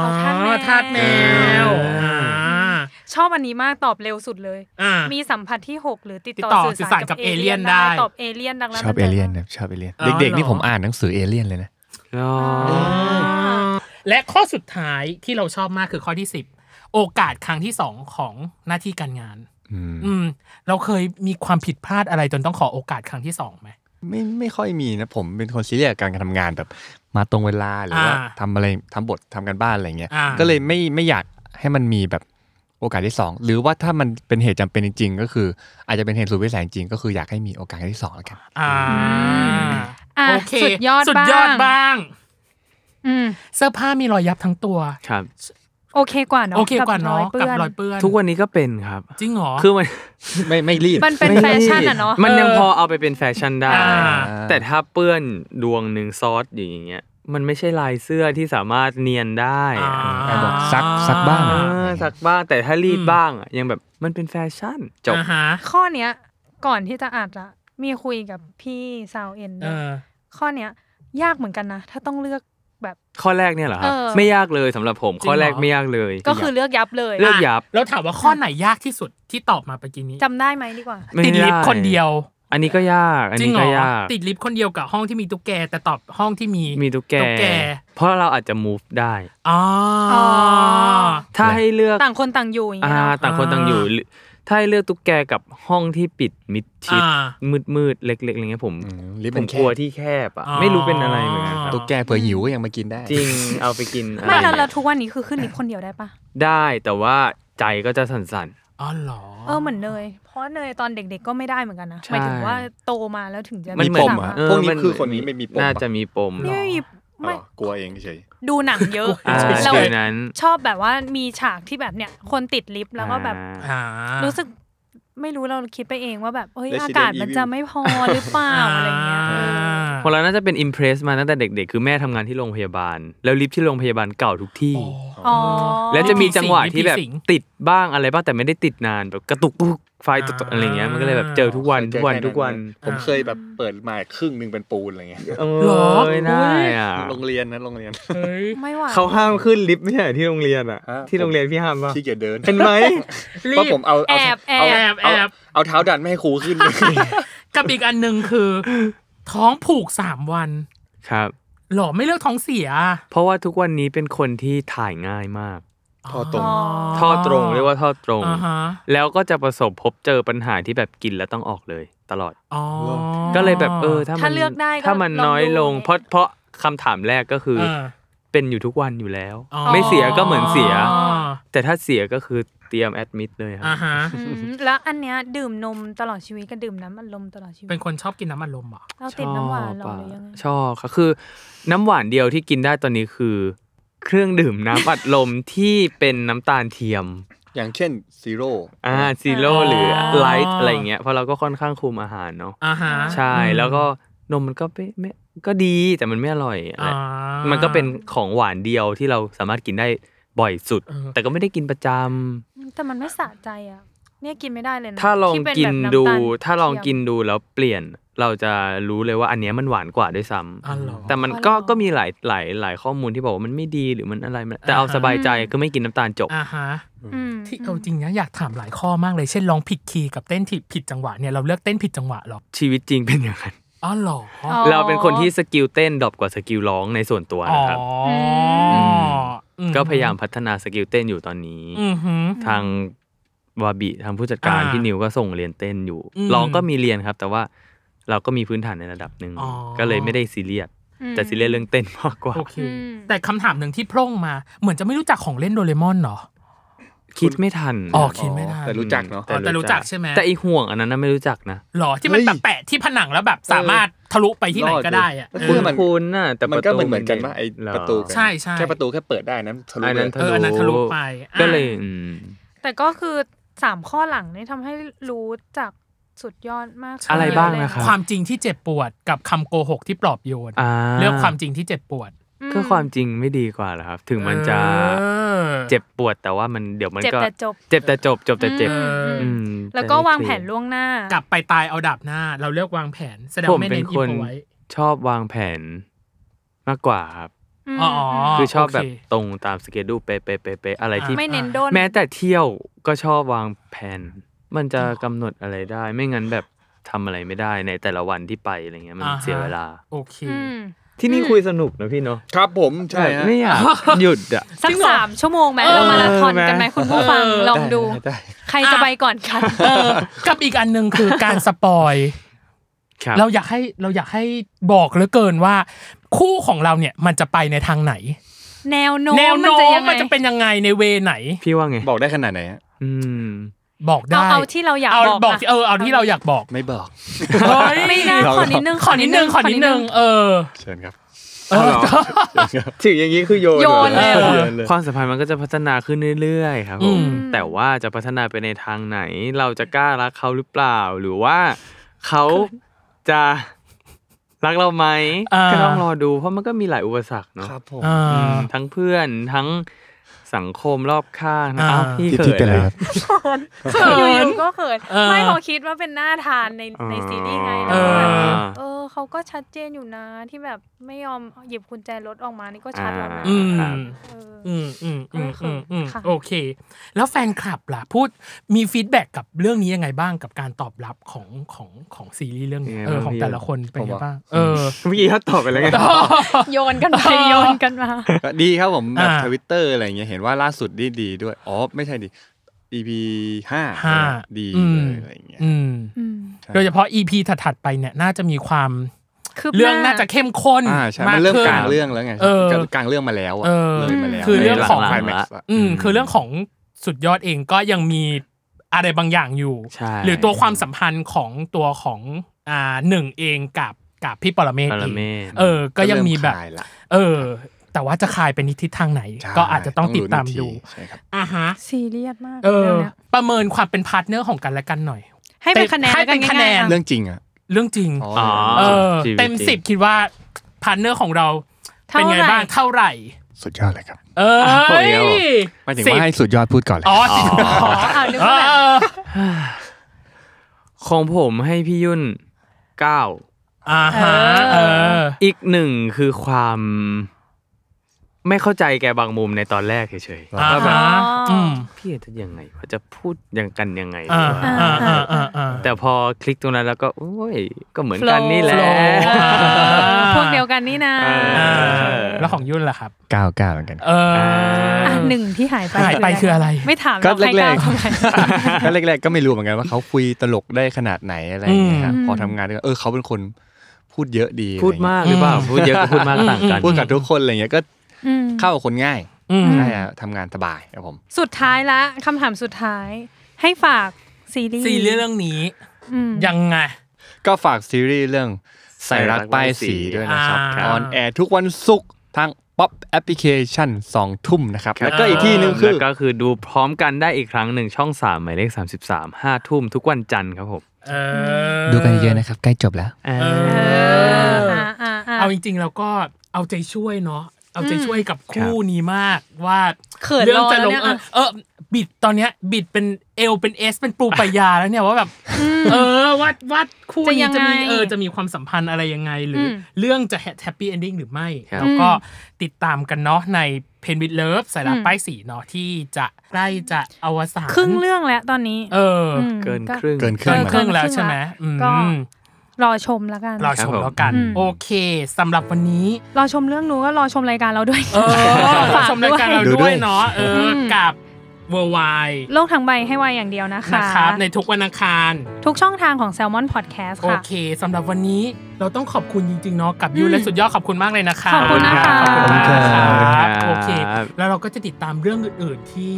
S6: เรา
S2: ทา
S6: ทา
S2: ส
S6: ส
S2: แม
S6: แม
S2: ว
S4: ว
S2: อ่า
S6: ชอบอันนี้มากตอบเร็วสุดเลย
S2: อ่า
S1: มีสัมผัสที่ 6 หรือติด
S2: ติด
S1: ต่อ
S2: ต่อ
S1: สื่อสารกับ
S2: สื่อสารกับ
S1: เอเลี่ยน
S2: alien
S1: ได้
S2: ได้
S1: ตอบเอเลี่ยนดังนั้น
S4: ชอบ
S1: มั
S4: เอ
S1: จะ
S4: เลี่ยนนะชอบเอเลี่ยน
S2: อ๋อ
S4: เด็ก
S2: เหรอ
S4: ๆนี่ผมอ่านหนังสือเอเลี่ยนเลยนะ
S2: และข้อสุดท้ายที่เราชอบมากคือข้อที่ 10 โอกาสครั้งที่สองของหน้าที่การงาน
S4: อืม
S2: อืม เราเคยมีความผิดพลาดอะไรจนต้องขอโอกาสครั้งที่สองไหม
S4: ไม่ไม่ค่อยมีนะผมเป็นคนซีเรียสกับการทำงานแบบ มาตรงเวลาหรือว่า
S2: อ่า
S4: ทำอะไรทำบททำกันบ้านอะไรเงี้ย
S2: อ่า
S4: ก็เลยไม่ไม่อยากให้มันมีแบบโอกาสที่สองหรือว่าถ้ามันเป็นเหตุจำเป็นจริง ๆ ก็คือ อาจจะเป็นเหตุสุดวิสัยจริงก็คืออยากให้มีโอกาสที่สองแล้วกัน
S2: อ่า
S6: อ่ะ
S2: โอเค
S6: สุดยอด
S2: สุดยอด
S6: บ้าง
S2: บ้าง
S6: อืม
S2: เสื้อผ้ามีรอยยับทั้งตัว
S3: ครับ
S1: โอเคกว่าเนาะ
S2: โอเคกว่าเนาะ
S1: บ
S2: กับ
S1: ย
S2: ร
S1: เปื้
S2: อ
S1: อย น
S2: เปื้อน
S3: ทุกวันนี้ก็เป็นครับ
S2: จริงเหรอ
S3: คือมัน
S4: ไม่ไม่รีบ
S6: มันเป็นแฟชั่นอ่ะเนาะ
S3: มันยังพอเอาไปเป็นแฟชั่นได้
S2: อ่า
S3: แต่ถ้าเปื้อนดวงหนึ่งซอสอย่างเงี้ย มันไม่ใช่ลายเสื้อที่สามารถเนียนได้
S2: อ่า
S3: อะ
S4: แต่บอกซักซักบ้าง
S3: เอ
S4: อะ
S3: อสักบ้างแต่ถ้ารีดบ้างอะยังแบบมันเป็นแฟชั่นจบ
S2: อ่าฮะ
S1: ข้อเนี้ย ก่อนที่จะอัดละมีคุยกับพี่ซาวเอ็น
S2: เอ
S1: ด้วย
S2: อ
S1: ข้อเนี้ย ยากเหมือนกันนะ ถ้าต้องเลือกแบบ
S3: ข้อแรกเนี่ยเหรอครับ
S1: เออ
S3: ไม่ยากเลยสำหรับผม
S2: จริงเหรอ
S3: ข้อแรกไม่ยากเลย
S1: ก็คือเลือกยับเลย
S3: เลือกยับ
S2: แล้วถามว่าข้อไหนยากที่สุดที่ตอบมาเมื่อกี้นี้
S1: จำได้ไหมดีกว่า
S3: ไม่
S2: ติดลิฟต์คนเดียว
S3: อันนี้ก็ยากอัน
S2: จริ
S3: นี้
S2: งเหรอย
S3: ก็าก
S2: ติดลิฟต์คนเดียวกับห้องที่มีตุ๊กแกแต่ตอบห้องที่มี
S3: มีตุ๊กแก
S2: ตุ๊กแก
S3: เพราะเราอาจจะ move ได้
S2: อ๋ออ
S1: อ
S3: ถ้าให้เลือก
S1: ต่างคนต่างอยู่อย่าง
S3: อ่า
S1: เงี้ยเนาะ
S3: ต่างคนต่างอยู่หรือถ้าให้เลือกตุ๊กแกกับห้องที่ปิดมิดชิด
S2: อ่า
S3: มืดๆเล็กๆอะไรเงี้ยผม
S4: อืมลิฟต์
S3: ผ
S4: เป็
S3: ม
S4: นแค
S3: กลัว
S4: บ
S3: ที่แคบอ่ะ
S2: อ๋อ
S3: ไม่รู้เป็นอะไรเหมือนกันครับ
S4: ตุ๊กแกเผื่อหิวก็ยังมากินได้
S3: จริงเอาไปกินอะ
S1: ไม่
S3: ร
S1: แล้ว
S3: เงี้ย
S1: แล้วทุกวันนี้คือขึ้นลิฟต์คนเดียวได้ปะ
S3: ได้แต่ว่าใจก็จะสั่น
S2: อ๋อเหรอ
S1: เออเหมือนเนยเพราะเนยตอนเด็กๆก็ไม่ได้เหมือนกันนะ
S3: ใช่
S1: หมายถึงว่าโตมาแล้วถึงจะ
S3: ๆมันเหมื
S4: ป
S3: อน
S4: ม
S1: สาา
S4: อะ
S1: รถ
S3: เออ
S4: พวกนี้
S3: มั
S4: คือคนนี้ไม่มีปมปะ
S3: น่าจะมีปม
S1: นี่ไม่มีไม่
S4: อ๋อกลัวเองเฉย
S1: ดูหนังเยอะ
S3: อ่า
S1: เรา
S3: ฟิลนั้น
S1: ชอบแบบว่ามีฉากที่แบบเนี่ย คนติดลิฟต์แล้วก็แบบ
S3: อ่า
S2: อ่า
S1: รู้สึกไม่รู้เราคิดไปเองว่าแบบเอ้ย
S4: Resident
S1: อากาศมันจะ
S4: Evil
S1: ไม่พอหรือเป ล่าอะไรเงี้ยเออ
S3: ของเราน่าจะเป็นอิมเพรสมาตั้งแต่เด็กๆ คือแม่ทำงานที่โรงพยาบาล แล้วลิฟต์ที่โรงพยาบาลเก่าทุกที่
S1: อ๋อ
S3: แล้วจะมีจังหวะที่แบบ
S2: มีผีสิง
S3: ติดบ้างอะไรบ้างแต่ไม่ได้ติดนานแบบกระตุกปุ๊กไฟตุกๆอะไรเงี้ยมันก็เลยแบบเจอทุกวัน
S4: เคยเจ
S3: ทุ
S4: อก
S3: วัน
S4: แค่
S3: ทุกวัน
S4: ะผมเคยแบบเปิดมาครึ่งหนึ่งเป็นปูนอะไรเงี้ย
S3: เอ
S2: หรอ
S3: ยน่าอ่ะ
S4: โรงเรียนนะโรงเรียน
S2: เฮ้ย
S1: ไม่ไหว
S3: เขาห้ามขึ้นลิฟต์ไม่ใช่เหรอที่โรงเรียนอ่ะ
S4: ฮะ
S3: ที่โรงเรียนพี่ห้ามป่ะ
S4: ขี้เกียจเดิน
S3: เห็นไหม
S2: รี
S4: เพราะผ
S2: บ
S4: มเอา
S1: แอ
S4: เอา
S1: บแอ
S4: เอา
S1: บ
S2: แอบแอบ
S4: เอาเท้าดันไม่ให้ครูขึ้นเลย
S2: กับอีกอันหนึ่งคือ ท้องผูกสามวัน
S3: ครับ
S2: หรอไม่เลือกท้องเสียอะ
S3: เพราะว่าทุกวันนี้เป็นคนที่ถ่ายง่ายมาก
S4: พอตรง
S3: ท่อตรงเรียกว่าท่อตรง
S2: อ่าฮะ
S3: แล้วก็จะประสบพบเจอปัญหาที่แบบกินแล้วต้องออกเลย ตลอด
S2: อ๋อ
S3: ก็เลยแบบเออถ้ามัน
S1: ถ้าเลือกได้ก็
S3: ถ้ามัน
S1: ลอง
S3: น้อย
S1: ดู
S3: ลง
S1: ไง
S3: เพราะเพราะคำถามแรกก็คือ
S2: เออ
S3: เป็นอยู่ทุกวันอยู่แล้ว
S2: อ๋อ
S3: ไม่เสียก็เหมือนเสีย
S2: อ๋อ
S3: แต่ถ้าเสียก็คือเตรียมแอดมิดเลยครั
S2: อ่า
S3: บ
S2: ฮะ
S1: อืมแล้วอันเนี้ยดื่มนมตลอดชีวิตกับดื่มน้ำอัดลมตลอดชีวิต
S2: เป็นคนชอบกินน้ำอัดลมเหรอ่ะ
S1: เราติดน้ำหวานเหรอ
S3: อะ
S1: หรือยังไง
S3: ชอบค่ะคือ น้ำหวานเดียวที่กินได้ตอนนี้คือ เครื่องดื่มน้ำอัดลม ที่เป็นน้ำตาลเทียม
S4: อย่างเช่นซีโร่
S3: อ่าซีโร่หรือไลท์อะไรเงี้ยเพราะเราก็ค่อนข้างคุมอาหารเนาะ
S2: อ่าฮะ
S3: ใช่แล้วก็นมมันก็ไม่ไม่ก็ดีแต่มันไม่อร่อยอะไร
S2: อ่า
S3: มันก็เป็นของหวานเดียวที่เราสามารถกินได้บ่อยสุด
S2: เออ
S3: แต่ก็ไม่ได้กินประจำ
S1: แต่มันไม่สะใจอ่ะ เนี่ยกินไม่ได้เลยนะ
S3: ถ้าลอง
S1: ที่เป็น
S3: กิ
S1: แบ
S3: น
S1: บำตาล
S3: ดู ถ้าลองกิน
S1: เทียม
S3: ดูแล้วเปลี่ยน เราจะรู้เลยว่าอันเนี้ยมันหวานกว่าด้วยซ้
S2: อ๋อเหรอ
S3: ำแต่มันก็
S1: อ๋อเหรอ
S3: ก็มีหลายหลายหลายข้อมูลที่บอกว่ามันไม่ดีหรือมันอะไรมันแต่เอาสบายใจคือไม่กินน้ำตาลจบ
S2: อ่าฮะ
S1: อืม
S2: ที่เอาจริงนะอยากถามหลายข้อมากเลยเช่นร้องผิดคีย์กับเต้นที่ผิดจังหวะเนี่ยเราเลือกเต้นผิดจังหวะเหรอ
S3: ชีวิตจริงเป็นอย่างนั้น
S2: อ๋อเหรอ
S1: อ๋อ
S3: เราเป็นคนที่สกิลเต้นดรอปกว่าสกิลร้องในส่วนตัวนะครับ
S2: อ๋ออ
S3: ม
S2: อื
S3: ก็พยายามพัฒนาสกิลเต้นอยู่ตอนนี้
S2: อือหือ
S3: ทางวาบิทางผู้จัดการ
S2: อ่า
S3: พี่นิวก็ส่งเรียนเต้นอยู่
S2: อืม
S3: ร้องก็มีเรียนครับ แต่ว่าเราก็มีพื้นฐานในระดับหนึ่ง
S2: อ๋อ
S3: ก็เลยไม่ได้ซีเรียส
S1: อืม
S3: แต่ซีเรียสเรื่องเต้นมากกว่า
S2: โอเค
S1: อืม
S2: แต่คำถามหนึ่งที่โพร่งมา เหมือนจะไม่รู้จักของเล่นโดเรมอนเหรอ
S3: คิดไม่ทัน
S2: อ๋อคิดไม่ทัน
S4: แต่รู้จักเนอะ
S2: แต่รู้จักใช่ไหม
S3: แต่อีห่วงอันนั้นนะไม่รู้จักนะ
S2: หรอที่มันแปะๆที่ผนังแล้วแบบสามารถทะลุไปที่ไหนก็ได้อะ
S4: รอด
S2: เอ
S4: เลย
S2: อ
S4: มัน
S3: คุ้นๆน่ะแต่
S4: มัน
S3: ระ
S4: ก็
S3: ตู
S4: เหมือนเหมือนกันว่าไอ้
S3: เหอ
S4: ประตูกัน
S2: ใช่ใช่
S4: แค่ประตูแค่เปิดได้นั้นทะลุ
S3: อันนั้น
S4: เลย
S2: เอออันนั้นทะลุไปอ่ะ
S3: ก็เลยอืม
S1: แต่ก็คือสามข้อหลังนี่ทำให้รู้จักสุดยอดมาก
S3: อะไรบ้าง
S1: เลย
S3: นะครับ
S2: ความจริงที่เจ็บปวดกับคำโกหกที่ปลอบโยน
S3: า
S2: เลือกความจริงที่เจ็บปวด
S3: ก็ความจริงไม่ดีกว่าเหรอครับ ถึงมันจะ
S2: เออ
S3: เจ็บปวดแต่ว่ามันเดี๋ยวมัน
S1: เจ็บ
S3: ก็
S1: แต่จบ
S3: เจ็บแต่จบจบแต่เจ็บ
S2: อืม
S3: อืม
S1: แล้วก็
S3: จะได้
S1: วาง
S3: เค
S1: แผ
S3: ย
S1: น
S3: ร์
S1: ล่วงหน้าก
S2: ลับไปตายเอาดับหน้า เราเลือกวางแผนแสดงว่าไม่เน้นอีกเอาไว้
S3: ชอบวางแผนมากกว่าครับ
S1: ม
S2: อ๋ออ๋อ
S1: ม
S3: คือชอบแบบ
S2: โอเค
S3: ตรงตามสเกดูเป๊ะเป๊ะเป๊ะเป๊ะอะไรที่
S2: อ่ะ
S1: ไม่เน้นโดน
S3: แม้แต่เที่ยวก็ชอบวางแผน มันจะกำหนดอะไรได้ ไม่งั้นแบบทำอะไรไม่ได้ในแต่ละวันที่ไปอะไรเงี้ยมัน
S2: อ่าฮะ
S3: เสียเวลา
S2: โอเค
S1: อืม
S3: ที่นี่คุยสนุกนะพี่เนาะ
S4: ครับผมใช่ฮะ
S3: ไม่อยากหยุดอ่ะ
S1: สักสามชั่วโมงไหม
S3: เออ
S1: เรามาราธอนกันไหม
S3: ไหม
S1: คุณผู้ฟังลองดู
S4: ได้ได้
S1: ใครจะไปก่อนกัน
S2: เออ กับอีกอันหนึ่งคือการสปอย
S3: ครับ
S2: เราอยากให้เราอยากให้บอกเหลือเกินว่า คู่ของเราเนี่ยมันจะไปในทางไหน
S1: แนวโน้ม
S2: แนว
S1: มัน
S2: โน้
S1: จะ
S2: ม
S1: ยังไง
S2: มันจะเป็นยังไงในเวไหน
S3: พี่ว่าไง
S4: บอกได้ขนาดไหนฮะ
S3: อืม
S2: บอก
S1: เอา
S2: ได้
S1: เอาที่เราอยาก
S2: เอา
S1: บอก
S2: บอก
S1: อะ
S2: ที่เออเอาที่เราอยากบอก
S4: ไม่บอก
S2: เฮ้ย
S1: ไม่น่าขอนิดนึง
S2: ขอนิดนึงขอนิดนึงเออ
S4: เชิญครับ
S2: เออ
S4: ถึงอย่างนี้คือโยน
S1: โยนเลย
S2: เออ
S3: ความสัมพันธ์มันก็จะพัฒนาขึ้นเรื่อยๆครับผ
S2: อื
S3: ม
S2: ม
S3: แต่ว่าจะพัฒนาไปในทางไหน เราจะกล้ารักเขาหรือเปล่า หรือว่าเขาจะ รักเราไหม
S2: อ่า
S3: ก็ต้องรอดู เพราะมันก็มีหลายอุปสรรคเนาะ
S7: ครับผม
S2: อ่า
S3: อืมทั้งเพื่อนทั้งสังคมรอบข้างนะ
S2: อ่า
S3: อ้าวพี่
S4: ที่
S3: เขิ
S4: ที่
S3: น
S4: เป็นอะไร
S3: แล้ว
S4: ครับ
S1: เขินอยู่ๆก็เขิน
S2: เออ
S1: ไม่พอคิดว่าเป็นหน้าทานในในซีรีส์ไง
S3: เอ
S1: แล้วก็แบบ
S3: อ
S1: เออเขาก็ชัดเจนอยู่นะที่แบบไม่ยอมหยิบกุญแจรถออกมานี่ก็ชัดแล้วนะ
S2: อืม
S3: ครับ
S1: เออ
S2: อืมอืมอืมอืมอืม
S1: ค่ะ
S2: โอเค แล้วแฟนคลับล่ะพูดมีฟีดแบ็กกับเรื่องนี้ยังไงบ้างกับการตอบรับของของของซีรีส์เรื่องนี้
S3: ยังไง
S2: เออ
S3: บ้าง
S2: ของ
S3: พี่
S2: แต่ละคนเป็นยังไงบ้างเออ
S3: เมื่อกี้เขาตอบไปแล้วไง
S1: โยนกันไปโยนกันมา
S4: ก็ดีครับผมแบบ
S2: อ่า
S4: ทวิตเตอร์อะไรอย่างเงี้ยเห็นว่าล่าสุดดีดีด้วย อ๋อ ไม่ใช่ดิ EP ห้า
S2: ห้า
S4: ดี
S2: อืม
S4: เลยอะไรอย่างเงี้ย
S2: อืม
S1: อืม
S4: ใช่
S2: โดยเฉพาะ EP ถัดๆไปเนี่ยน่าจะมีความ
S1: คืบหน้า
S2: เรื่องน่าจะเข้มข้น
S4: อ่าใช่
S2: มา
S4: มั
S2: ก
S4: นเริ่ม
S2: ขึ้น
S4: กลางเรื่องแล้วไง
S2: เออก
S4: ลางเรื่องมาแล้วอะ
S2: เออ
S4: เลยมาแล้ว
S2: คือเรื่องของ
S4: ไคลแม็กซ์
S2: อืมคือเรื่องของสุดยอดเองก็ยังมีอะไรบางอย่างอยู่
S3: ใช่
S2: หรือตัวความสัมพันธ์ของตัวของอ่าหนึ่งเองกับกับพี่ปรเมศ
S3: ปรเมศ
S2: เออ ก็ยังมีแบบ เออ แต่ว่าจะคลายเป็นทิศทางไหน
S4: ใช่
S2: ก็อาจจะต้องติดตามดู
S4: ต้องลุ้นอีกทีใช่ครับ
S2: อ่ะฮะ
S1: ซีเรียสมาก
S2: เออ
S1: เรื่องเนี้ย
S2: ประเมินความเป็นพาร์ทเนอร์ของกันและกันหน่อย
S6: ให้เป็นคะแนน
S2: ให้
S6: แล้ว
S2: เป็น
S6: กั
S2: คะแนน
S6: ง่ายๆอ่
S4: เรื่องจริงอ่ะ
S2: เรื่องจริง
S4: อ๋อ
S3: อ๋อ
S2: เออ
S3: ชีวิ
S2: เต็ม
S3: จ
S2: สิ
S3: ริ
S2: บ
S3: ง
S2: คิดว่าพาร์ทเนอร์ของเรา
S6: เท่า
S2: เป็นไง
S6: ไหร่
S2: บ้างเท่าไหร่
S4: สุดยอดเลยครับ
S2: เอ้
S3: เอา
S2: ย
S3: อีกแล้วเหรอ
S4: หมายถึงว่าให้สุดยอดพูดก่อนเลย
S2: อ๋อสิบ
S3: อ๋อ
S2: อ๋อ
S1: เอานึกว่าแบบ
S2: เออ
S3: ของผมให้พี่ยุ่นเก้า
S2: อ่าฮะเออ
S3: อีกหนึ่งคือความ ไม่เข้าใจแกบางมุมในตอนแรกเฉย
S2: อ่า
S3: ๆว่าแบบ
S2: ฮะอืม
S3: พี่จะยังไงว่าจะพูดยังกันยังไง
S2: อ่าว
S3: ะ
S2: อ่าอ่าอ่าอ่า
S3: แต่พอคลิกตรงนั้นแล้วก็โอ้ยก็เหมือนกันนี่แหละ
S2: flow
S6: เออ
S2: อ่า
S6: พวกเดียวกันนี่นะ
S3: เออ
S2: อ่าแล้วของยุ่นล่ะครับ
S4: เก้าเก้าเหมือนกัน
S2: เอออ
S1: อ่ะหนึ่งที่หายไป
S2: หายไปคืออะไร
S1: ไม่ถาม
S4: ก็
S1: เราใคร
S4: แร
S1: กล้าก เข้าไป
S4: ๆก็แรกๆก็ไม่รู้เหมือนกันว่าเขาคุยตลกได้ขนาดไหนอะไรอย่างเงี้ยครับ
S1: อืม
S4: พอทำงานด้วยกันเออเขาเป็นคนพูดเยอะดี
S3: พูดมากหรือเปล่า พูดเยอะก็พูดมากต่าง
S4: อะไรอ
S3: กัน
S4: ย่างเงี้ยพูดกับทุกคนอะไรเงี้ยก็
S1: อืม
S4: เข้ากับคนง่าย
S2: อืม
S4: ใช่อะทำงานสบายครับผม
S1: สุดท้ายละคำถามสุดท้าย ให้ฝากซีรีส์
S2: ซีรีส์เรื่องนี้
S1: อืม
S2: ยังไง
S4: ก็ฝากซีรีส์เรื่องใส่รักป้ายสีด้วยนะครับ
S2: อ่า
S4: ออนแอร์ทุกวันศุกร์ทางป๊อปแอปพลิเคชัน2ทุ่มนะครับ
S3: แล้
S4: แล้ว ว
S3: ก็
S4: ก็
S3: อี
S4: อี
S3: ก
S4: ก
S3: ที่ห
S4: ที่ห
S3: นึ่
S4: นึ่
S3: ง
S4: ง
S3: คื
S4: คือ อ
S3: แล้วก็คือดูพร้อมกันได้อีกครั้งหนึ่งช่องสามหมายเลข 33ห้าทุ่มทุกวันจันทร์ครับผม
S2: เออ
S4: นะครับ ใกล้จบแล้ว
S2: เออ
S1: อ่าอ่าอ่า
S2: เอาจริงๆเราก็เอาใจช่วยเนาะเอาใจช่วยกับคู่นี้มากว่า
S6: เขิน
S2: เรื่
S6: รอ
S2: จะ
S6: แล้ว
S2: ลง
S6: เนี่ย
S2: เออ
S6: อ่ะ
S2: เออบิดตอนเนี้ยบิดเป็นเอลเป็นเอสเป็นปูปายาแล้วเนี่ยว่าแบบเออว่าว่าคู่นี้
S6: จะยั
S2: จะ
S6: งไง
S2: มีเออจะมีความสัมพันธ์อะไรยังไงหรือ
S1: ม
S2: เรื่องจะแฮปปี้เอนดิ้งหรือไม่ แล้วก็ติดตามกันเนาะในเพนวิดเลิฟสายลับป้ายสีเนาะที่จะใกล้จะอวสาน
S1: ครึ่งเรื่องแล้วตอนนี้
S2: เอออ
S1: ม
S3: เกินครึ่ง
S4: เกินค
S2: เกิ
S4: รึ่
S2: น
S4: งนะ
S2: ครึ่งแล้วใช่ไหมอืม
S1: ก็รอชมแล้วกัน
S2: รอชม
S3: ครับผม
S2: แล้วกัน
S1: อืม
S2: โอเคสำหรับวันนี้
S1: รอชมเรื่องนู้นก็รอชมรายการเราด้วย
S2: เออ
S1: ฝาก
S2: ชมรายการเรา
S1: ด้วย
S2: ด้วยเนาะเอออ
S1: ม
S2: กับเวอร์ไวน์
S1: โลกทั้งใบให้วายอย่างเดียวนะคะ
S2: นะครับในทุกวันอังคาร
S1: ทุกช่องทางของ Salmon Podcast
S2: โอ
S1: ค่ะ
S2: เคสำหรับวันนี้เราต้องขอบคุณจริงๆเนาะกับยูและสุดยอดขอบคุณมากเลยนะคะ
S1: ขอบคุณนะคะ
S2: ขอบคุณมากครับ
S3: ขอบคุณครับ
S2: โอเค แล้วเราก็จะติดตามเรื่องอื่นๆที่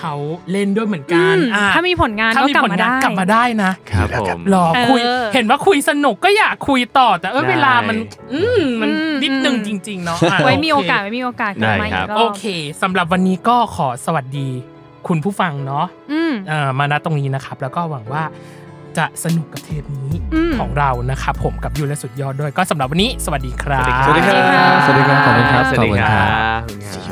S2: เขาเล่นด้วยเหมือนกัน
S1: อืม
S2: อ่ะ
S1: ถ้ามีผลงาน
S2: ถ้า
S1: ก็
S2: มี
S1: กลับ
S2: ผ
S1: มาง
S2: ลา
S1: ได้
S2: นกลับมาได้นะครับ
S3: ผม
S2: หรอคุย
S1: เออ
S2: เห็นว่าคุยสนุกก็อยากคุยต่อแต่เออ
S3: ได้
S2: เวลามัน อืมมันนิดนึงจริงๆเนาะอ่ะ
S1: ไว้มีโอ
S2: เค
S1: กาสไว้มีโอกาสกลับมาอีกรอบ
S2: โอเคสำหรับวันนี้ก็ขอสวัสดีคุณผู้ฟังเนาะ
S1: อืม
S2: เอ่อมาณตรงนี้นะครับ แล้วก็หวังว่าจะสนุกกับเทปนี้
S1: อืม
S2: ของเรานะครับผมกับยูและสุดยอดด้วยก็สำหรับวันนี้ สวัสดีครับ
S4: สวัสดีครับ สวัสดีครับ ขอบคุณครับ
S3: สวัสดีครับ